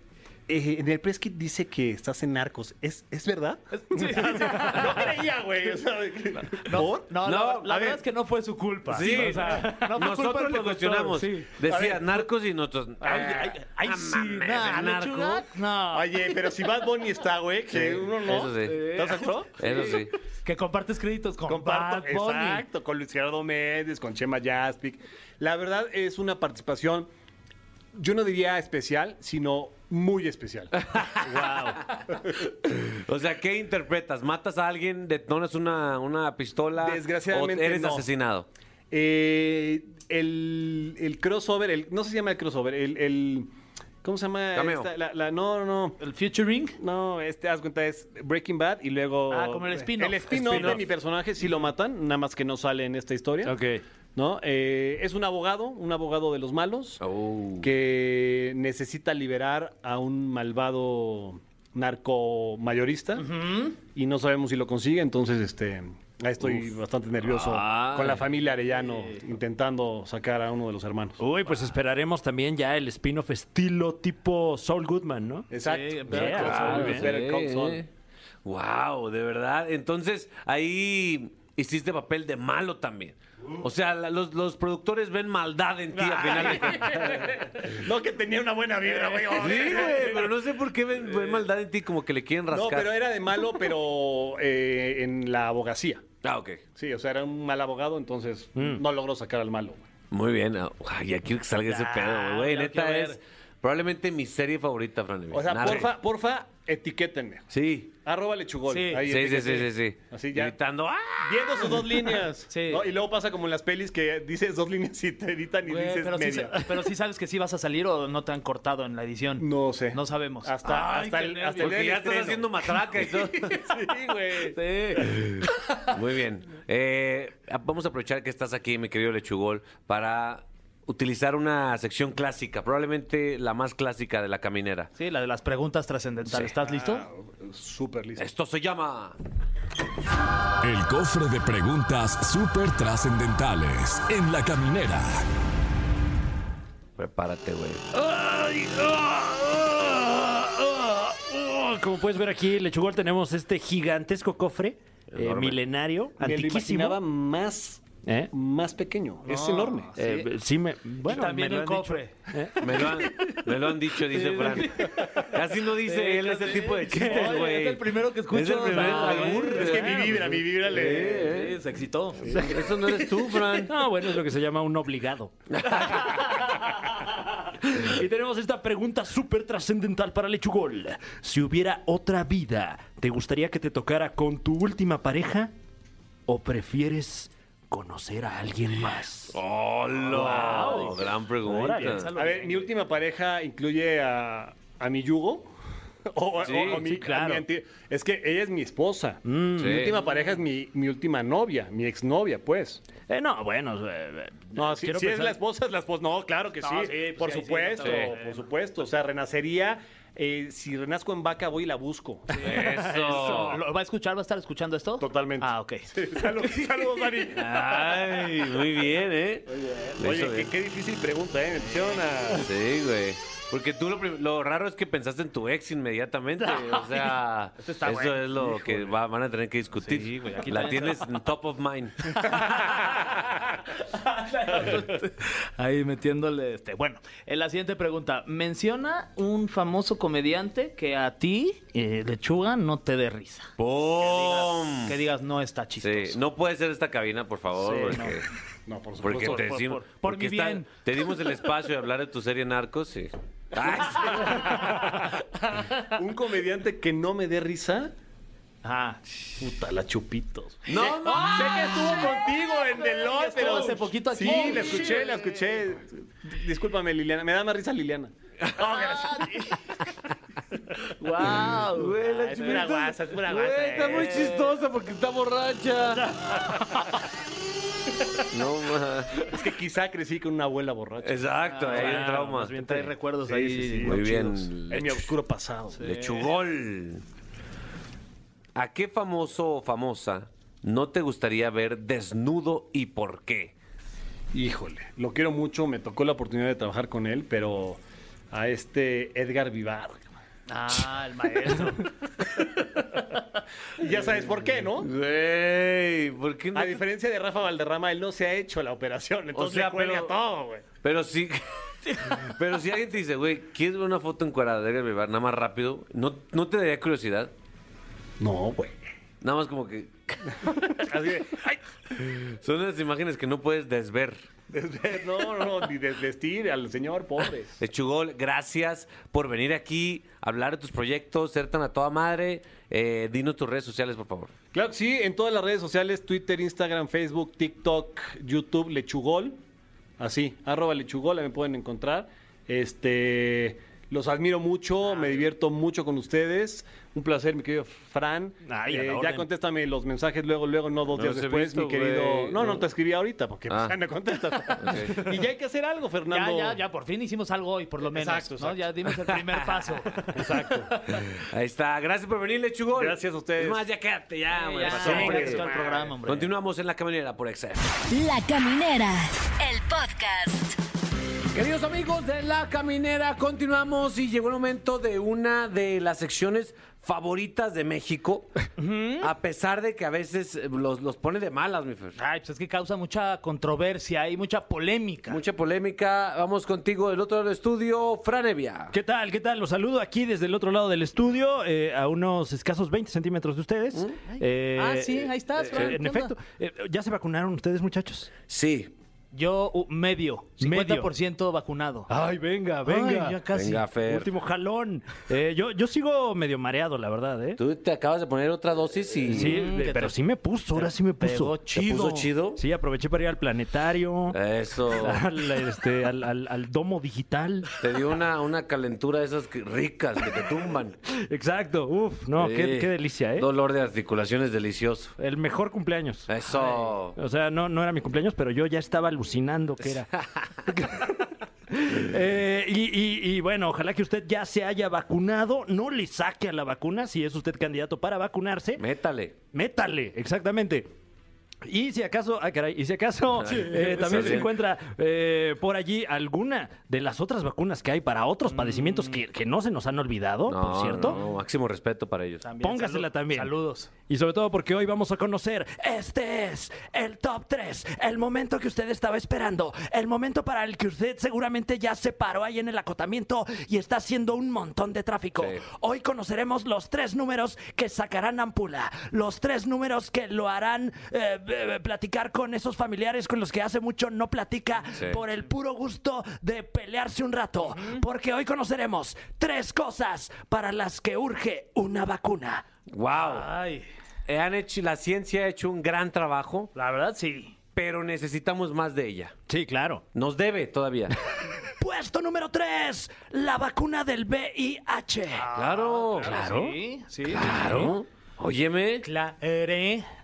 [SPEAKER 9] eh, en el press kit dice que estás en narcos. ¿Es, es verdad? <laughs> no creía, güey. o sea, de que- ¿Por?
[SPEAKER 3] No,
[SPEAKER 2] No,
[SPEAKER 3] la-
[SPEAKER 2] a
[SPEAKER 3] la,
[SPEAKER 2] ver.
[SPEAKER 3] verdad es que no fue su culpa.
[SPEAKER 2] Sí,
[SPEAKER 3] o sea,
[SPEAKER 9] <laughs>
[SPEAKER 2] <laughs>
[SPEAKER 3] no fue culpa
[SPEAKER 2] nosotros
[SPEAKER 3] del
[SPEAKER 2] le
[SPEAKER 3] productor,
[SPEAKER 2] cuestionamos.
[SPEAKER 3] sí.
[SPEAKER 2] Decía narcos y nosotros.
[SPEAKER 9] Ay,
[SPEAKER 2] ah,
[SPEAKER 9] ay,
[SPEAKER 3] Ay,
[SPEAKER 2] ah,
[SPEAKER 3] sí,
[SPEAKER 2] mames,
[SPEAKER 3] nah,
[SPEAKER 2] el narco.
[SPEAKER 3] lechuga, no.
[SPEAKER 9] Oye, pero si Bad Bunny está, güey, que uno no.
[SPEAKER 2] Eso sí.
[SPEAKER 9] ¿Estás de acuerdo?
[SPEAKER 2] Eso sí.
[SPEAKER 3] Que compartes créditos con
[SPEAKER 9] Comparto,
[SPEAKER 3] Bad Bunny.
[SPEAKER 9] exacto, con Luis Gerardo Méndez, con Chema Jaspic. La verdad es una participación, yo no diría especial, sino muy
[SPEAKER 3] <laughs>
[SPEAKER 9] especial.
[SPEAKER 2] O sea, ¿qué interpretas? ¿Matas a alguien? ¿Detonas una, una pistola?
[SPEAKER 9] Desgraciadamente,
[SPEAKER 2] ¿O eres
[SPEAKER 9] no.
[SPEAKER 2] asesinado?
[SPEAKER 9] Eh, el, el crossover, el, no sé si se llama el crossover, el, el- ¿cómo se llama?
[SPEAKER 2] Cameo.
[SPEAKER 9] esta? la, la- no, no,
[SPEAKER 3] El featuring.
[SPEAKER 9] no, este, haz cuenta, es Breaking Bad y luego...
[SPEAKER 3] Ah, como el spin-off.
[SPEAKER 9] El spin-off de
[SPEAKER 3] Spin-off.
[SPEAKER 9] mi personaje, si lo matan, nada más que no sale en esta historia. ¿No? Eh, es un abogado, un abogado de los malos.
[SPEAKER 2] Oh.
[SPEAKER 9] que necesita liberar a un malvado narco mayorista y no sabemos si lo consigue, entonces este ahí estoy bastante nervioso
[SPEAKER 2] Ay.
[SPEAKER 9] con la familia Arellano intentando sacar a uno de los hermanos.
[SPEAKER 4] Uy, pues esperaremos también ya el spin-off estilo tipo Saul Goodman, ¿no?
[SPEAKER 9] Exacto.
[SPEAKER 3] Sí,
[SPEAKER 9] Better
[SPEAKER 4] yeah,
[SPEAKER 2] ¿eh?
[SPEAKER 9] Call Saul,
[SPEAKER 4] muy
[SPEAKER 9] güey. Better Call Saul.
[SPEAKER 2] Wow, de verdad. Entonces, ahí hiciste papel de malo también. O sea, la- los, los productores ven maldad en ti al final de cuentas.
[SPEAKER 3] <laughs>
[SPEAKER 9] No, que tenía una buena vibra, güey.
[SPEAKER 2] Sí, güey, pero no sé por qué ven, ven maldad en ti, como que le quieren rascar.
[SPEAKER 9] No, pero era de malo, pero eh, en la abogacía.
[SPEAKER 2] Ah, ok.
[SPEAKER 9] Sí, o sea, era un mal abogado, entonces
[SPEAKER 4] Mm.
[SPEAKER 9] no logró sacar al malo. güey.
[SPEAKER 2] Muy bien. ah, Ay, ya quiero que salga ese
[SPEAKER 9] Ya,
[SPEAKER 2] pedo, güey, güey.
[SPEAKER 9] Ah, ya
[SPEAKER 2] Neta
[SPEAKER 9] quiero ver.
[SPEAKER 2] es probablemente mi serie favorita, Fran.
[SPEAKER 9] O sea,
[SPEAKER 2] Narve.
[SPEAKER 9] porfa, porfa, etiquétenme.
[SPEAKER 2] Sí.
[SPEAKER 9] Arroba lechugol.
[SPEAKER 3] Sí.
[SPEAKER 9] Ahí,
[SPEAKER 2] Sí, sí, sí,
[SPEAKER 9] etiquétenme.
[SPEAKER 2] sí, sí.
[SPEAKER 9] Así ya.
[SPEAKER 2] Gritando, ¡ah!
[SPEAKER 9] Viendo sus dos líneas.
[SPEAKER 3] Sí.
[SPEAKER 9] ¿no? Y luego pasa como en las pelis que dices dos líneas y te editan y
[SPEAKER 3] Güey,
[SPEAKER 9] dices
[SPEAKER 3] pero, sí,
[SPEAKER 9] media.
[SPEAKER 3] sa- pero sí sabes que sí vas a salir o no te han cortado en la edición.
[SPEAKER 9] No sé.
[SPEAKER 3] No sabemos.
[SPEAKER 9] Hasta,
[SPEAKER 3] Ay,
[SPEAKER 9] hasta
[SPEAKER 3] qué
[SPEAKER 9] el,
[SPEAKER 3] nervios.
[SPEAKER 9] hasta el día
[SPEAKER 2] Porque
[SPEAKER 9] del
[SPEAKER 2] ya estás
[SPEAKER 9] estreno. <laughs>
[SPEAKER 2] haciendo matraca y todo.
[SPEAKER 9] Sí, güey.
[SPEAKER 2] Sí. Muy bien. Eh, vamos a aprovechar que estás aquí, mi querido Lechugol, para utilizar una sección clásica, probablemente la más clásica de la caminera.
[SPEAKER 3] Sí, la de las preguntas trascendentales. ¿Estás listo?
[SPEAKER 9] Ah, Súper listo.
[SPEAKER 2] Esto se llama.
[SPEAKER 1] El cofre de preguntas súper trascendentales en la caminera.
[SPEAKER 2] Prepárate, güey.
[SPEAKER 4] Ah, Como puedes ver aquí, Lechugol, tenemos este gigantesco cofre eh,
[SPEAKER 2] Enorme.
[SPEAKER 4] milenario,
[SPEAKER 9] Me lo imaginaba
[SPEAKER 4] antiquísimo.
[SPEAKER 9] más,
[SPEAKER 4] ¿Eh?
[SPEAKER 9] más pequeño. es enorme.
[SPEAKER 4] Eh, sí, me, bueno,
[SPEAKER 3] y también
[SPEAKER 4] me lo
[SPEAKER 3] un
[SPEAKER 4] han
[SPEAKER 3] cofre.
[SPEAKER 2] Me lo han, me lo han dicho, dice Fran. Casi no dice él ese tipo de chistes,
[SPEAKER 3] Oye,
[SPEAKER 2] güey.
[SPEAKER 3] es el primero que escucho.
[SPEAKER 2] Es el primer
[SPEAKER 3] Ah,
[SPEAKER 2] albur.
[SPEAKER 9] Es que mi vibra, mi vibra le.
[SPEAKER 2] Eh,
[SPEAKER 3] Sí, se excitó.
[SPEAKER 2] eh, Eso no eres tú, Fran. <laughs>
[SPEAKER 4] dicho. No, bueno, es lo que se llama
[SPEAKER 9] <laughs>
[SPEAKER 4] un obligado. y tenemos esta pregunta súper trascendental para Lechugol. Si hubiera otra vida, ¿te gustaría que te tocara con tu última pareja o prefieres conocer a alguien más?
[SPEAKER 9] Oh.
[SPEAKER 2] ¡Hola! gran pregunta.
[SPEAKER 9] A ver, mi última pareja incluye a, a mi yugo. <laughs> O, o-
[SPEAKER 2] Sí,
[SPEAKER 9] o a mi,
[SPEAKER 4] sí, claro.
[SPEAKER 9] a mi anti- es que ella es mi esposa.
[SPEAKER 4] Mm.
[SPEAKER 2] Sí.
[SPEAKER 9] Mi última pareja es mi, mi última novia, mi exnovia, pues.
[SPEAKER 4] Eh, no, bueno. eh, eh,
[SPEAKER 9] No, si,
[SPEAKER 4] quiero
[SPEAKER 9] si es
[SPEAKER 4] pensar-
[SPEAKER 9] la esposa, es la esposa. No, claro que sí.
[SPEAKER 4] No, sí, pues
[SPEAKER 9] por
[SPEAKER 4] sí, ahí sí,
[SPEAKER 9] supuesto,
[SPEAKER 4] no te-
[SPEAKER 9] por supuesto. O sea, renacería. eh, si renazco en vaca, voy y la
[SPEAKER 4] <laughs>
[SPEAKER 9] busco.
[SPEAKER 2] Eso.
[SPEAKER 3] ¿Lo va a escuchar? ¿Va a estar escuchando esto?
[SPEAKER 9] Totalmente.
[SPEAKER 3] Ah,
[SPEAKER 9] <laughs>
[SPEAKER 3] ok.
[SPEAKER 9] Saludos, saludos, Dani.
[SPEAKER 4] Ah,
[SPEAKER 2] Ay, muy bien, ¿eh? Lo hizo
[SPEAKER 9] Oye, qué,
[SPEAKER 2] bien.
[SPEAKER 9] qué difícil pregunta, ¿eh? Me pusieron
[SPEAKER 2] <laughs>
[SPEAKER 9] a-
[SPEAKER 2] Sí, güey. Porque tú lo, prim- lo raro es que pensaste en tu ex inmediatamente. O sea, eso es lo que va- van a tener que discutir. La tienes en top of mind.
[SPEAKER 3] <laughs> Ahí metiéndole este. Bueno, eh, la siguiente pregunta. Menciona un famoso comediante que a ti, eh, lechuga, no te dé risa.
[SPEAKER 2] ¡Pum!
[SPEAKER 3] Que digas, no está chistoso.
[SPEAKER 2] Sí, no puede ser esta cabina, por favor.
[SPEAKER 3] Sí,
[SPEAKER 2] porque...
[SPEAKER 9] No, por
[SPEAKER 2] Porque
[SPEAKER 9] supuesto.
[SPEAKER 2] te
[SPEAKER 3] por-
[SPEAKER 2] decimos,
[SPEAKER 3] por- por
[SPEAKER 2] porque
[SPEAKER 3] mi bien.
[SPEAKER 2] te dimos el espacio de hablar de tu serie Narcos, sí. Ay,
[SPEAKER 9] Un comediante que no me dé risa.
[SPEAKER 3] Ah,
[SPEAKER 9] Puta, la chupitos.
[SPEAKER 2] sí. No,
[SPEAKER 9] Sé
[SPEAKER 2] mames.
[SPEAKER 9] que estuvo contigo en The Lot,
[SPEAKER 3] Estuvo
[SPEAKER 9] pero.
[SPEAKER 3] hace poquito aquí.
[SPEAKER 9] Sí, la escuché, la escuché. Discúlpame, Liliana. Me da más risa Liliana.
[SPEAKER 2] <laughs>
[SPEAKER 3] wow.
[SPEAKER 2] Güey, la
[SPEAKER 9] es pura
[SPEAKER 2] chupita-
[SPEAKER 9] guasa, es pura guasa,
[SPEAKER 2] Güey, está
[SPEAKER 9] eh.
[SPEAKER 2] muy chistosa porque está borracha. No, ma.
[SPEAKER 9] Es que quizá crecí con una abuela borracha.
[SPEAKER 2] Exacto, ahí el trauma.
[SPEAKER 3] Más bien trae recuerdos ahí.
[SPEAKER 2] Muy bien.
[SPEAKER 9] En mi oscuro pasado.
[SPEAKER 2] Lechugol. ¿A qué famoso o famosa no te gustaría ver desnudo y por qué?
[SPEAKER 9] Híjole, lo quiero mucho. Me tocó la oportunidad de trabajar con él, pero a este Edgar Vivar.
[SPEAKER 3] Ah, el maestro.
[SPEAKER 9] Y <laughs> ya sabes por qué,
[SPEAKER 3] <laughs>
[SPEAKER 9] ¿no?
[SPEAKER 2] Güey, ¿por qué no?
[SPEAKER 9] A diferencia de Rafa Valderrama, él no se ha hecho la operación. Entonces
[SPEAKER 2] sea,
[SPEAKER 9] le cuelga
[SPEAKER 2] pero-
[SPEAKER 9] todo, güey.
[SPEAKER 2] Pero sí. <laughs> Pero si alguien te dice, güey, ¿quieres ver una foto encuadrada de Edgar Vivar? Nada más rápido. ¿No, ¿No te daría curiosidad?
[SPEAKER 9] No, güey.
[SPEAKER 2] Nada más como que.
[SPEAKER 9] <laughs> Así de, ay,
[SPEAKER 2] Son las imágenes que no puedes desver.
[SPEAKER 9] <laughs> desde- no, no, ni desvestir al señor, pobres.
[SPEAKER 2] Lechugol, gracias por venir aquí, hablar de tus proyectos, ser tan a toda madre. Eh, dinos tus redes sociales, por favor.
[SPEAKER 9] Claro que sí, en todas las redes sociales, Twitter, Instagram, Facebook, TikTok, YouTube, Lechugol. Así, arroba Lechugol, ahí me pueden encontrar. Este, los admiro mucho, me divierto mucho con ustedes. Un placer, mi querido Fran. Eh,
[SPEAKER 4] Ay, a la
[SPEAKER 9] ya
[SPEAKER 4] orden.
[SPEAKER 9] contéstame los mensajes luego, luego, no dos
[SPEAKER 2] No
[SPEAKER 9] días
[SPEAKER 2] los he
[SPEAKER 9] después,
[SPEAKER 2] visto,
[SPEAKER 9] mi querido.
[SPEAKER 2] güey.
[SPEAKER 9] No, no,
[SPEAKER 2] No.
[SPEAKER 9] te escribí ahorita porque pues,
[SPEAKER 2] Ah.
[SPEAKER 9] ya no contestas. y ya hay que hacer algo,
[SPEAKER 3] ya,
[SPEAKER 9] Fernando.
[SPEAKER 3] ya, ya, por fin hicimos algo hoy, por lo menos.
[SPEAKER 9] Exacto,
[SPEAKER 3] ¿no?
[SPEAKER 9] exacto.
[SPEAKER 3] Ya dimos el primer paso.
[SPEAKER 9] Exacto.
[SPEAKER 2] Ahí está. Gracias por venir, Lechugol.
[SPEAKER 9] Gracias a ustedes.
[SPEAKER 2] Es más, ya quédate, ya, güey,
[SPEAKER 3] Eh, ya,
[SPEAKER 2] pasó,
[SPEAKER 3] ya,
[SPEAKER 2] hombre.
[SPEAKER 3] ya, todo el programa, hombre.
[SPEAKER 2] Continuamos en la caminera por Excel.
[SPEAKER 5] La Caminera, el podcast.
[SPEAKER 2] Queridos amigos de La Caminera, continuamos y llegó el momento de una de las secciones favoritas de México, a pesar de que a veces eh, los, los pone de malas, mi Fer.
[SPEAKER 3] Ay, pues es que causa mucha controversia y mucha polémica.
[SPEAKER 2] Mucha polémica, vamos contigo del otro lado del estudio, Franevia.
[SPEAKER 4] ¿Qué tal? ¿Qué tal? Los saludo aquí desde el otro lado del estudio, eh, a unos escasos 20 centímetros de ustedes. Eh,
[SPEAKER 3] Ah, sí, ahí estás,
[SPEAKER 4] eh,
[SPEAKER 3] Fran,
[SPEAKER 4] en
[SPEAKER 3] ¿qué onda?
[SPEAKER 4] efecto, Eh, ¿ya se vacunaron ustedes, muchachos?
[SPEAKER 2] Sí,
[SPEAKER 3] Yo uh, medio,
[SPEAKER 4] Medio.
[SPEAKER 3] 50% vacunado.
[SPEAKER 4] Ay, venga,
[SPEAKER 3] Ay, ya casi.
[SPEAKER 2] venga, Fer.
[SPEAKER 4] Último jalón. Eh, yo, yo sigo medio mareado, la verdad, ¿eh?
[SPEAKER 2] Tú te acabas de poner otra dosis y
[SPEAKER 4] Sí,
[SPEAKER 3] Mm,
[SPEAKER 4] de-
[SPEAKER 3] que
[SPEAKER 4] pero
[SPEAKER 3] te-
[SPEAKER 4] sí me puso, ahora sí me
[SPEAKER 3] Pegó
[SPEAKER 4] puso.
[SPEAKER 2] te
[SPEAKER 3] chido.
[SPEAKER 2] puso chido.
[SPEAKER 4] Sí, aproveché para ir al planetario, <laughs>
[SPEAKER 2] Eso.
[SPEAKER 4] al, este, al- al- al domo
[SPEAKER 3] <laughs>
[SPEAKER 4] digital.
[SPEAKER 2] Te dio una, una calentura de esas que- ricas que te tumban.
[SPEAKER 4] Exacto, uf, no, qué,
[SPEAKER 2] Sí.
[SPEAKER 4] qué delicia, ¿eh?
[SPEAKER 2] Dolor de articulaciones delicioso.
[SPEAKER 4] El mejor cumpleaños.
[SPEAKER 2] Eso.
[SPEAKER 4] O sea, no, no era mi cumpleaños, pero yo ya estaba alucinando que
[SPEAKER 2] <laughs>
[SPEAKER 4] era. Eh, y, y- y bueno, ojalá que usted ya se haya vacunado, no le saque a la vacuna, si es usted candidato para vacunarse,
[SPEAKER 2] Métale.
[SPEAKER 4] métale, exactamente. Y si acaso, ah, caray, y si
[SPEAKER 2] <laughs>
[SPEAKER 4] acaso eh, también se
[SPEAKER 2] bien.
[SPEAKER 4] encuentra eh, por allí alguna de las otras vacunas que hay para otros padecimientos que, que no se nos han olvidado, por cierto.
[SPEAKER 2] Mm. no, máximo respeto para ellos.
[SPEAKER 3] También,
[SPEAKER 4] Póngasela
[SPEAKER 3] salu-
[SPEAKER 4] también.
[SPEAKER 3] Saludos.
[SPEAKER 4] Y sobre todo porque hoy vamos a conocer, este es el top 3, el momento que usted estaba esperando, el momento para el que usted seguramente ya se paró ahí en el acotamiento y está haciendo un montón de tráfico.
[SPEAKER 2] Sí.
[SPEAKER 4] Hoy conoceremos los tres números que sacarán Ampula, los tres números que lo harán eh, eh, platicar con esos familiares con los que hace mucho no platica
[SPEAKER 2] Sí.
[SPEAKER 4] por el puro gusto de pelearse un rato, porque hoy conoceremos tres cosas para las que urge una vacuna.
[SPEAKER 2] Wow.
[SPEAKER 3] Ay,
[SPEAKER 2] Han hecho, la ciencia ha hecho un gran trabajo,
[SPEAKER 3] la verdad sí.
[SPEAKER 2] pero necesitamos más de ella.
[SPEAKER 4] Sí, claro.
[SPEAKER 2] Nos debe todavía.
[SPEAKER 4] Puesto número 3, la vacuna del VIH.
[SPEAKER 2] claro.
[SPEAKER 3] Ah, Sí, sí.
[SPEAKER 2] Claro. Óyeme.
[SPEAKER 3] Claro.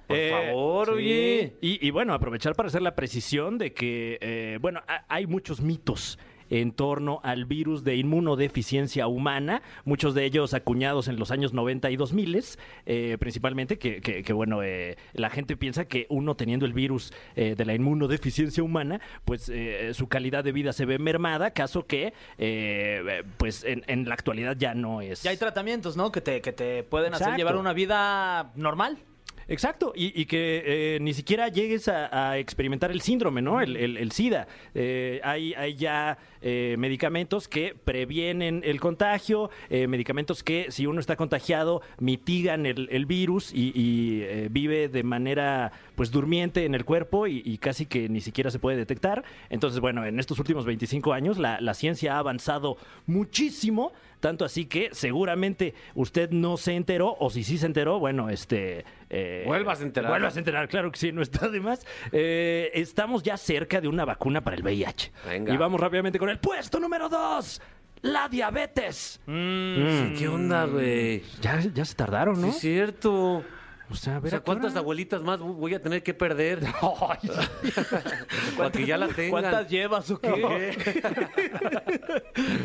[SPEAKER 2] Por favor, oye.
[SPEAKER 4] Eh, Y, y bueno, aprovechar para hacer la precisión de que, eh, bueno, ha- hay muchos mitos en torno al virus de inmunodeficiencia humana, muchos de ellos acuñados en los años 90 y 2000, eh, principalmente, que, que- que, bueno, eh, la gente piensa que uno teniendo el virus eh, de la inmunodeficiencia humana, pues eh, su calidad de vida se ve mermada, caso que, eh, eh, pues en, en la actualidad ya no es.
[SPEAKER 3] Ya hay tratamientos, ¿no? Que te, que te pueden hacer
[SPEAKER 4] Exacto.
[SPEAKER 3] llevar una vida normal.
[SPEAKER 4] Exacto, y, y que eh, ni siquiera llegues a, a experimentar el síndrome, ¿no? El, el- el SIDA. Eh, hay, hay ya eh, medicamentos que previenen el contagio, eh, medicamentos que si uno está contagiado mitigan el, el virus y, y, eh, vive de manera pues durmiente en el cuerpo y, y casi que ni siquiera se puede detectar. Entonces, bueno, en estos últimos 25 años la, la ciencia ha avanzado muchísimo, tanto así que seguramente usted no se enteró, o si sí se enteró, bueno, este... eh,
[SPEAKER 2] Vuelvas a enterar.
[SPEAKER 4] Vuelvas a enterar, claro que sí, no está de más. Eh, estamos ya cerca de una vacuna para el VIH.
[SPEAKER 2] Venga.
[SPEAKER 4] Y vamos rápidamente con el puesto número 2, la diabetes.
[SPEAKER 2] Mm. Sí, ¿Qué onda, güey?
[SPEAKER 4] Ya, ya se tardaron,
[SPEAKER 2] Sí,
[SPEAKER 4] ¿no?
[SPEAKER 2] es cierto.
[SPEAKER 4] O sea, a
[SPEAKER 2] O
[SPEAKER 4] ver,
[SPEAKER 2] sea,
[SPEAKER 4] ¿a qué hora?
[SPEAKER 2] ¿cuántas abuelitas más voy a tener que perder? Para que ya la tengan.
[SPEAKER 3] ¿Cuántas llevas o qué? <laughs>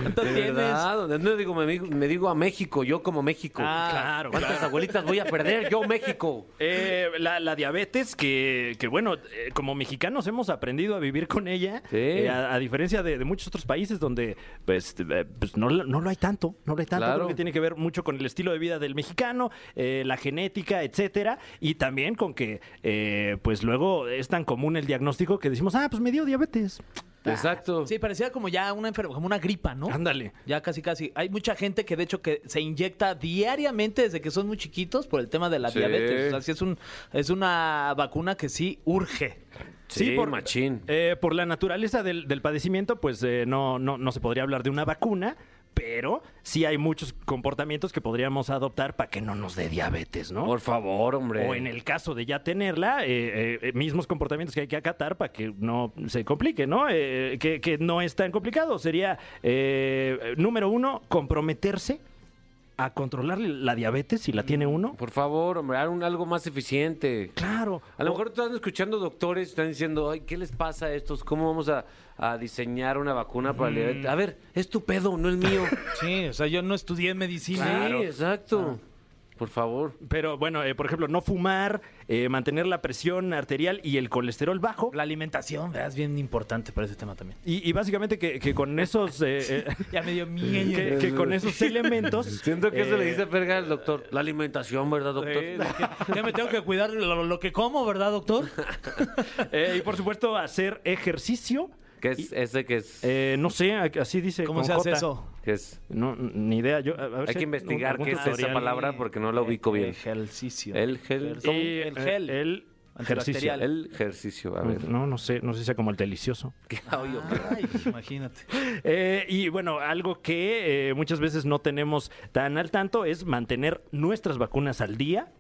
[SPEAKER 3] ¿Cuántas
[SPEAKER 2] ¿De
[SPEAKER 3] tienes?
[SPEAKER 2] verdad? No digo, me, digo- me digo a México, yo como México.
[SPEAKER 3] Ah,
[SPEAKER 4] Claro,
[SPEAKER 2] ¿Cuántas abuelitas voy a perder? Yo, México.
[SPEAKER 4] Eh, la, la diabetes, que, que bueno, eh, como mexicanos hemos aprendido a vivir con ella,
[SPEAKER 2] Sí.
[SPEAKER 4] eh, a, a diferencia de, de muchos otros países donde pues, eh, pues, no, lo- no lo hay tanto, no lo hay tanto,
[SPEAKER 2] Claro.
[SPEAKER 4] creo que tiene que ver mucho con el estilo de vida del mexicano, eh, la genética, etcétera, y también con que eh, pues luego es tan común el diagnóstico que decimos, ah, pues me dio diabetes.
[SPEAKER 2] Exacto.
[SPEAKER 3] Sí, parecía como ya una enfermedad, como una gripa, ¿no?
[SPEAKER 4] Ándale.
[SPEAKER 3] Ya casi, casi. Hay mucha gente que de hecho que se inyecta diariamente desde que son muy chiquitos por el tema de la
[SPEAKER 2] Sí.
[SPEAKER 3] diabetes. O sea, sí es, un, es una vacuna que sí urge.
[SPEAKER 2] Sí, machín.
[SPEAKER 4] eh, por la naturaleza del, del padecimiento, pues eh, no, no, no se podría hablar de una vacuna, pero sí hay muchos comportamientos que podríamos adoptar para que no nos dé diabetes, ¿no?
[SPEAKER 2] Por favor, hombre.
[SPEAKER 4] O en el caso de ya tenerla, eh, eh, eh, mismos comportamientos que hay que acatar para que no se complique, ¿no? Eh, que, que no es tan complicado. Sería, eh, eh, número uno, comprometerse a controlar la diabetes si la tiene uno.
[SPEAKER 2] Por favor, hombre, haz un- algo más eficiente.
[SPEAKER 4] Claro.
[SPEAKER 2] A lo
[SPEAKER 4] O-
[SPEAKER 2] mejor están escuchando doctores, están diciendo, ay, ¿qué les pasa a estos? ¿Cómo vamos a, a diseñar una vacuna para la diabetes? A <laughs> ver, es tu pedo, no el mío.
[SPEAKER 3] Sí, o sea, yo no estudié medicina.
[SPEAKER 2] Ah. Sí, exacto. por favor.
[SPEAKER 4] Pero bueno, eh, por ejemplo, no fumar, eh, mantener la presión arterial y el colesterol bajo.
[SPEAKER 3] La alimentación, ¿verdad? es bien importante para ese tema también.
[SPEAKER 4] Y, y básicamente que, que con esos
[SPEAKER 3] <laughs>
[SPEAKER 4] eh, eh,
[SPEAKER 3] Ya me dio miedo.
[SPEAKER 4] que, que con esos elementos
[SPEAKER 2] Siento que eso le
[SPEAKER 4] eh,
[SPEAKER 2] dice verga al doctor. La alimentación, ¿verdad, doctor?
[SPEAKER 3] Ya me tengo que cuidar lo, lo que como, ¿verdad, doctor?
[SPEAKER 4] eh, y por supuesto hacer ejercicio
[SPEAKER 2] ¿Qué es ese que es?
[SPEAKER 4] Eh, no sé a- así dice
[SPEAKER 3] ¿Cómo
[SPEAKER 4] con
[SPEAKER 3] se hace
[SPEAKER 4] J.
[SPEAKER 3] eso?
[SPEAKER 2] que es?
[SPEAKER 4] no ni idea yo a- a ver si
[SPEAKER 2] Hay que
[SPEAKER 4] un-
[SPEAKER 2] investigar
[SPEAKER 4] algún
[SPEAKER 2] qué es esa
[SPEAKER 4] tutorial.
[SPEAKER 2] palabra porque no la ubico bien.
[SPEAKER 3] Ejercicio.
[SPEAKER 2] El gel.
[SPEAKER 4] Y,
[SPEAKER 2] ¿cómo?
[SPEAKER 4] eh,
[SPEAKER 3] el gel.
[SPEAKER 4] el ejercicio
[SPEAKER 3] Antibacterial.
[SPEAKER 2] El ejercicio, a ver.
[SPEAKER 4] no no sé no sé si sea como el delicioso
[SPEAKER 2] Ah,
[SPEAKER 3] Ay, imagínate.
[SPEAKER 4] Eh, y bueno, algo que eh, muchas veces no tenemos tan al tanto es mantener nuestras vacunas al día,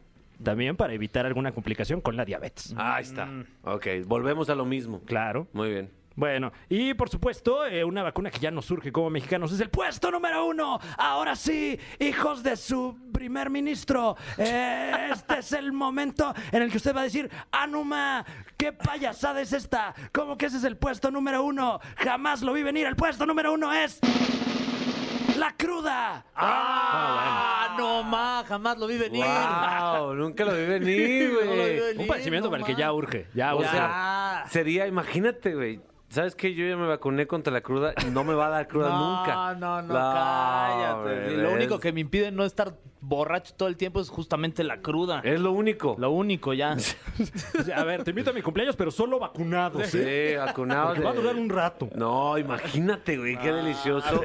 [SPEAKER 4] también para evitar alguna complicación con la diabetes.
[SPEAKER 2] Ahí está. Ok, volvemos a lo mismo.
[SPEAKER 4] Claro.
[SPEAKER 2] Muy bien.
[SPEAKER 4] Bueno, y por supuesto, eh, una vacuna que ya nos surge como mexicanos es el puesto número uno. Ahora sí, hijos de su primer ministro, eh, este es el momento en el que usted va a decir, Anuma, ¿qué payasada es esta? ¿Cómo que ese es el puesto número uno? Jamás lo vi venir, el puesto número uno es... La cruda.
[SPEAKER 3] ¡Ah! No, ma, jamás lo vi venir.
[SPEAKER 2] ¡Wow! Nunca lo vi <laughs> venir,
[SPEAKER 3] No lo vi
[SPEAKER 2] güey.
[SPEAKER 3] venir,
[SPEAKER 4] Un padecimiento
[SPEAKER 3] no
[SPEAKER 4] para el que
[SPEAKER 3] ma.
[SPEAKER 4] ya urge, ya
[SPEAKER 2] O
[SPEAKER 4] urge.
[SPEAKER 2] sea, sería, imagínate, güey. ¿Sabes qué? Yo ya me vacuné contra la cruda y no me va a dar cruda nunca.
[SPEAKER 3] <laughs> No, no, no, cállate.
[SPEAKER 2] güey,
[SPEAKER 3] Lo
[SPEAKER 2] es-
[SPEAKER 3] único que me impide no estar borracho todo el tiempo es justamente la cruda.
[SPEAKER 2] Es lo único.
[SPEAKER 3] Lo único
[SPEAKER 2] <laughs>
[SPEAKER 3] ya.
[SPEAKER 4] a ver, te invito a mi cumpleaños, pero solo vacunado.
[SPEAKER 2] Sí, vacunado.
[SPEAKER 4] Porque va a
[SPEAKER 2] de-
[SPEAKER 4] durar un rato.
[SPEAKER 2] No, imagínate, güey,
[SPEAKER 3] Ah,
[SPEAKER 2] qué delicioso.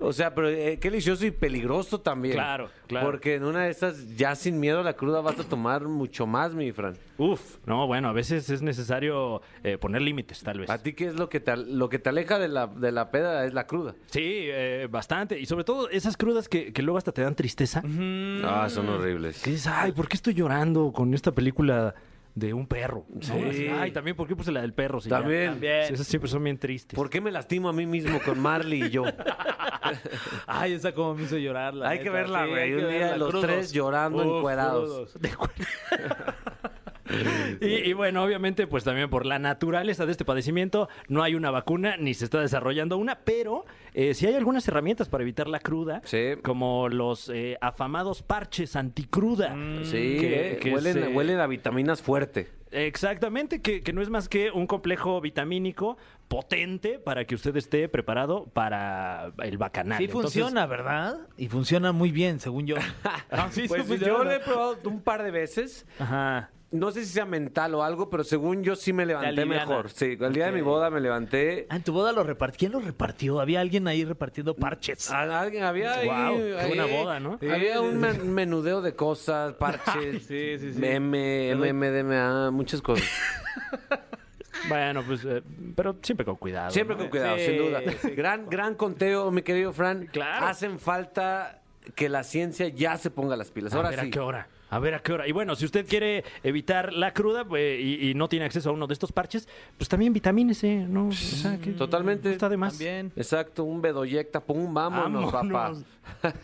[SPEAKER 2] O sea, pero eh, qué delicioso y peligroso también.
[SPEAKER 4] Claro, claro.
[SPEAKER 2] Porque en una de esas, ya sin miedo a la cruda, vas a tomar mucho más, mi Fran.
[SPEAKER 4] Uf, no, bueno, a veces es necesario eh, poner límites, tal vez.
[SPEAKER 2] ¿A ti qué es lo que te, al- lo que te aleja de la, de la peda? Es la cruda.
[SPEAKER 4] Sí, eh, bastante. Y sobre todo esas crudas que, que luego hasta te dan tristeza.
[SPEAKER 3] Mm.
[SPEAKER 2] Ah, son horribles.
[SPEAKER 4] Que dices, ay, ¿por qué estoy llorando con esta película de un perro? ¿No?
[SPEAKER 2] Sí.
[SPEAKER 4] Así, Ay, también, ¿por qué puse la del perro? Si ya-
[SPEAKER 2] También.
[SPEAKER 4] Sí, esas siempre son bien tristes.
[SPEAKER 2] ¿Por qué me lastimo a mí mismo con Marley y yo?
[SPEAKER 3] Ay, esa como me hizo llorar. la
[SPEAKER 2] Hay
[SPEAKER 3] neta.
[SPEAKER 2] que verla,
[SPEAKER 3] Sí,
[SPEAKER 2] güey.
[SPEAKER 3] hay que
[SPEAKER 2] un día
[SPEAKER 3] verla.
[SPEAKER 2] los
[SPEAKER 3] Crudos.
[SPEAKER 2] tres llorando
[SPEAKER 3] Uf,
[SPEAKER 2] encuerados.
[SPEAKER 3] crudos.
[SPEAKER 4] Y, <laughs> y bueno, obviamente, pues también por la naturaleza de este padecimiento, no hay una vacuna ni se está desarrollando una, pero eh, sí hay algunas herramientas para evitar la cruda,
[SPEAKER 2] Sí.
[SPEAKER 4] como los eh, afamados parches anticruda.
[SPEAKER 2] Sí,
[SPEAKER 4] que-
[SPEAKER 2] eh,
[SPEAKER 4] que
[SPEAKER 2] huelen,
[SPEAKER 4] se-
[SPEAKER 2] huelen a vitaminas fuerte.
[SPEAKER 4] Exactamente, que, que no es más que un complejo vitamínico potente para que usted esté preparado para el bacanal.
[SPEAKER 3] Sí
[SPEAKER 4] Entonces,
[SPEAKER 3] funciona, ¿verdad? Y funciona muy bien, según
[SPEAKER 2] <laughs>
[SPEAKER 3] yo. No, sí, sí
[SPEAKER 2] Pues
[SPEAKER 3] funciona.
[SPEAKER 2] yo lo he probado un par de veces.
[SPEAKER 4] Ajá.
[SPEAKER 2] No sé si sea mental o algo, pero según yo sí me levanté
[SPEAKER 3] aliviana.
[SPEAKER 2] mejor. Sí, el día de mi boda me levanté.
[SPEAKER 3] Ah, en tu boda lo repartió. ¿Quién lo repartió? Había alguien ahí repartiendo parches.
[SPEAKER 2] A- alguien había ahí-
[SPEAKER 4] Guau, qué
[SPEAKER 2] ahí-
[SPEAKER 4] buena boda, ¿no?
[SPEAKER 2] Había un men- menudeo de
[SPEAKER 4] <laughs>
[SPEAKER 2] cosas, parches, meme, MMDMA, muchas cosas.
[SPEAKER 4] Bueno, pues, eh, pero siempre con cuidado.
[SPEAKER 2] Siempre
[SPEAKER 4] ¿no?
[SPEAKER 2] con cuidado, sin duda. Gran, gran conteo, mi querido Fran.
[SPEAKER 4] Claro.
[SPEAKER 2] Hacen falta que la ciencia ya se ponga las pilas. Ahora
[SPEAKER 4] a ver
[SPEAKER 2] sí.
[SPEAKER 4] a Ah, qué hora. A ver a qué hora. Y bueno, si usted quiere evitar la cruda pues, y, y no tiene acceso a uno de estos parches, pues también vitamínese, ¿no? O sea, que
[SPEAKER 2] Totalmente.
[SPEAKER 4] no está de más.
[SPEAKER 3] También.
[SPEAKER 2] Exacto, un bedoyecta, pum, vámonos,
[SPEAKER 4] Vámonos.
[SPEAKER 2] papá.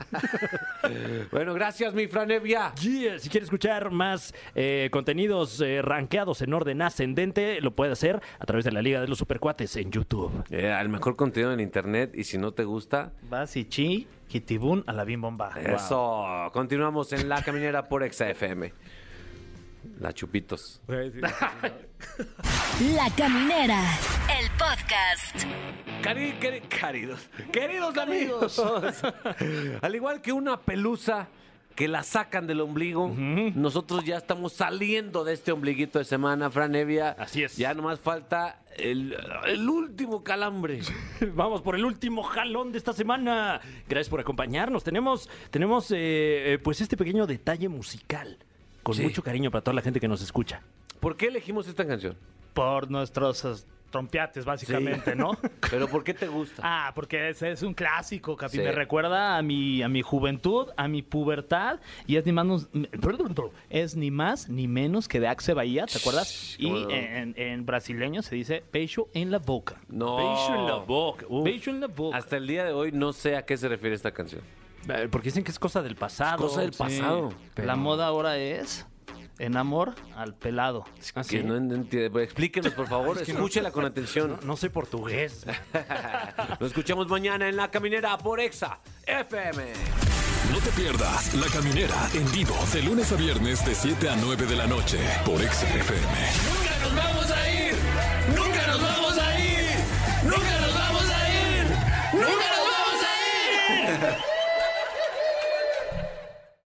[SPEAKER 2] <laughs> bueno, gracias, mi Fran Evia.
[SPEAKER 4] Yeah, Si quiere escuchar más eh, contenidos eh, rankeados en orden ascendente, lo puede hacer a través de la Liga de los Supercuates en YouTube.
[SPEAKER 2] Eh, al mejor contenido en internet y si no te gusta,
[SPEAKER 3] Vas y chi, kitibun a la bim bomba.
[SPEAKER 2] eso. Continuamos en La Caminera por Exa FM. La Chupitos.
[SPEAKER 5] La Caminera, el podcast.
[SPEAKER 2] Cari- cari- queridos, queridos amigos. <laughs> Al igual que una pelusa que la sacan del ombligo, nosotros ya estamos saliendo de este ombliguito de semana, Fran Evia.
[SPEAKER 4] Así es.
[SPEAKER 2] Ya nomás falta el, el último calambre.
[SPEAKER 4] <laughs> Vamos por el último jalón de esta semana. Gracias por acompañarnos. Tenemos, tenemos eh, eh, pues este pequeño detalle musical. Con
[SPEAKER 2] Sí.
[SPEAKER 4] mucho cariño para toda la gente que nos escucha.
[SPEAKER 2] ¿Por qué elegimos esta canción?
[SPEAKER 3] Por nuestros eh, trompeates, básicamente,
[SPEAKER 4] <laughs>
[SPEAKER 2] <laughs>
[SPEAKER 3] ¿no?
[SPEAKER 2] ¿Pero por qué te gusta?
[SPEAKER 3] Ah, porque ese es un clásico, Capi.
[SPEAKER 2] Sí.
[SPEAKER 3] Me recuerda a mi, a mi juventud, a mi pubertad. Y es ni más, nos- es ni, más ni menos que de Axe Bahía, ¿te acuerdas?
[SPEAKER 2] Shh,
[SPEAKER 3] Y
[SPEAKER 2] cómo no.
[SPEAKER 3] en, en brasileño se dice pecho en la boca.
[SPEAKER 2] No.
[SPEAKER 4] boca.
[SPEAKER 3] Pecho en la boca.
[SPEAKER 2] Hasta el día de hoy no sé a qué se refiere esta canción.
[SPEAKER 4] Eh, Porque dicen que es cosa del pasado.
[SPEAKER 2] cosa del pasado.
[SPEAKER 4] pero-
[SPEAKER 3] La moda ahora es en amor al pelado.
[SPEAKER 4] Ah,
[SPEAKER 2] Que
[SPEAKER 4] ¿sí?
[SPEAKER 2] no
[SPEAKER 4] no,
[SPEAKER 2] entiendo. Explíquenos,
[SPEAKER 4] <laughs>
[SPEAKER 2] por favor. Escúchela con atención.
[SPEAKER 4] no sé
[SPEAKER 2] <laughs>
[SPEAKER 4] portugués.
[SPEAKER 2] Nos escuchamos mañana en La Caminera por Exa FM.
[SPEAKER 1] No te pierdas La Caminera en vivo de lunes a viernes de 7 a 9 de la noche por XFM.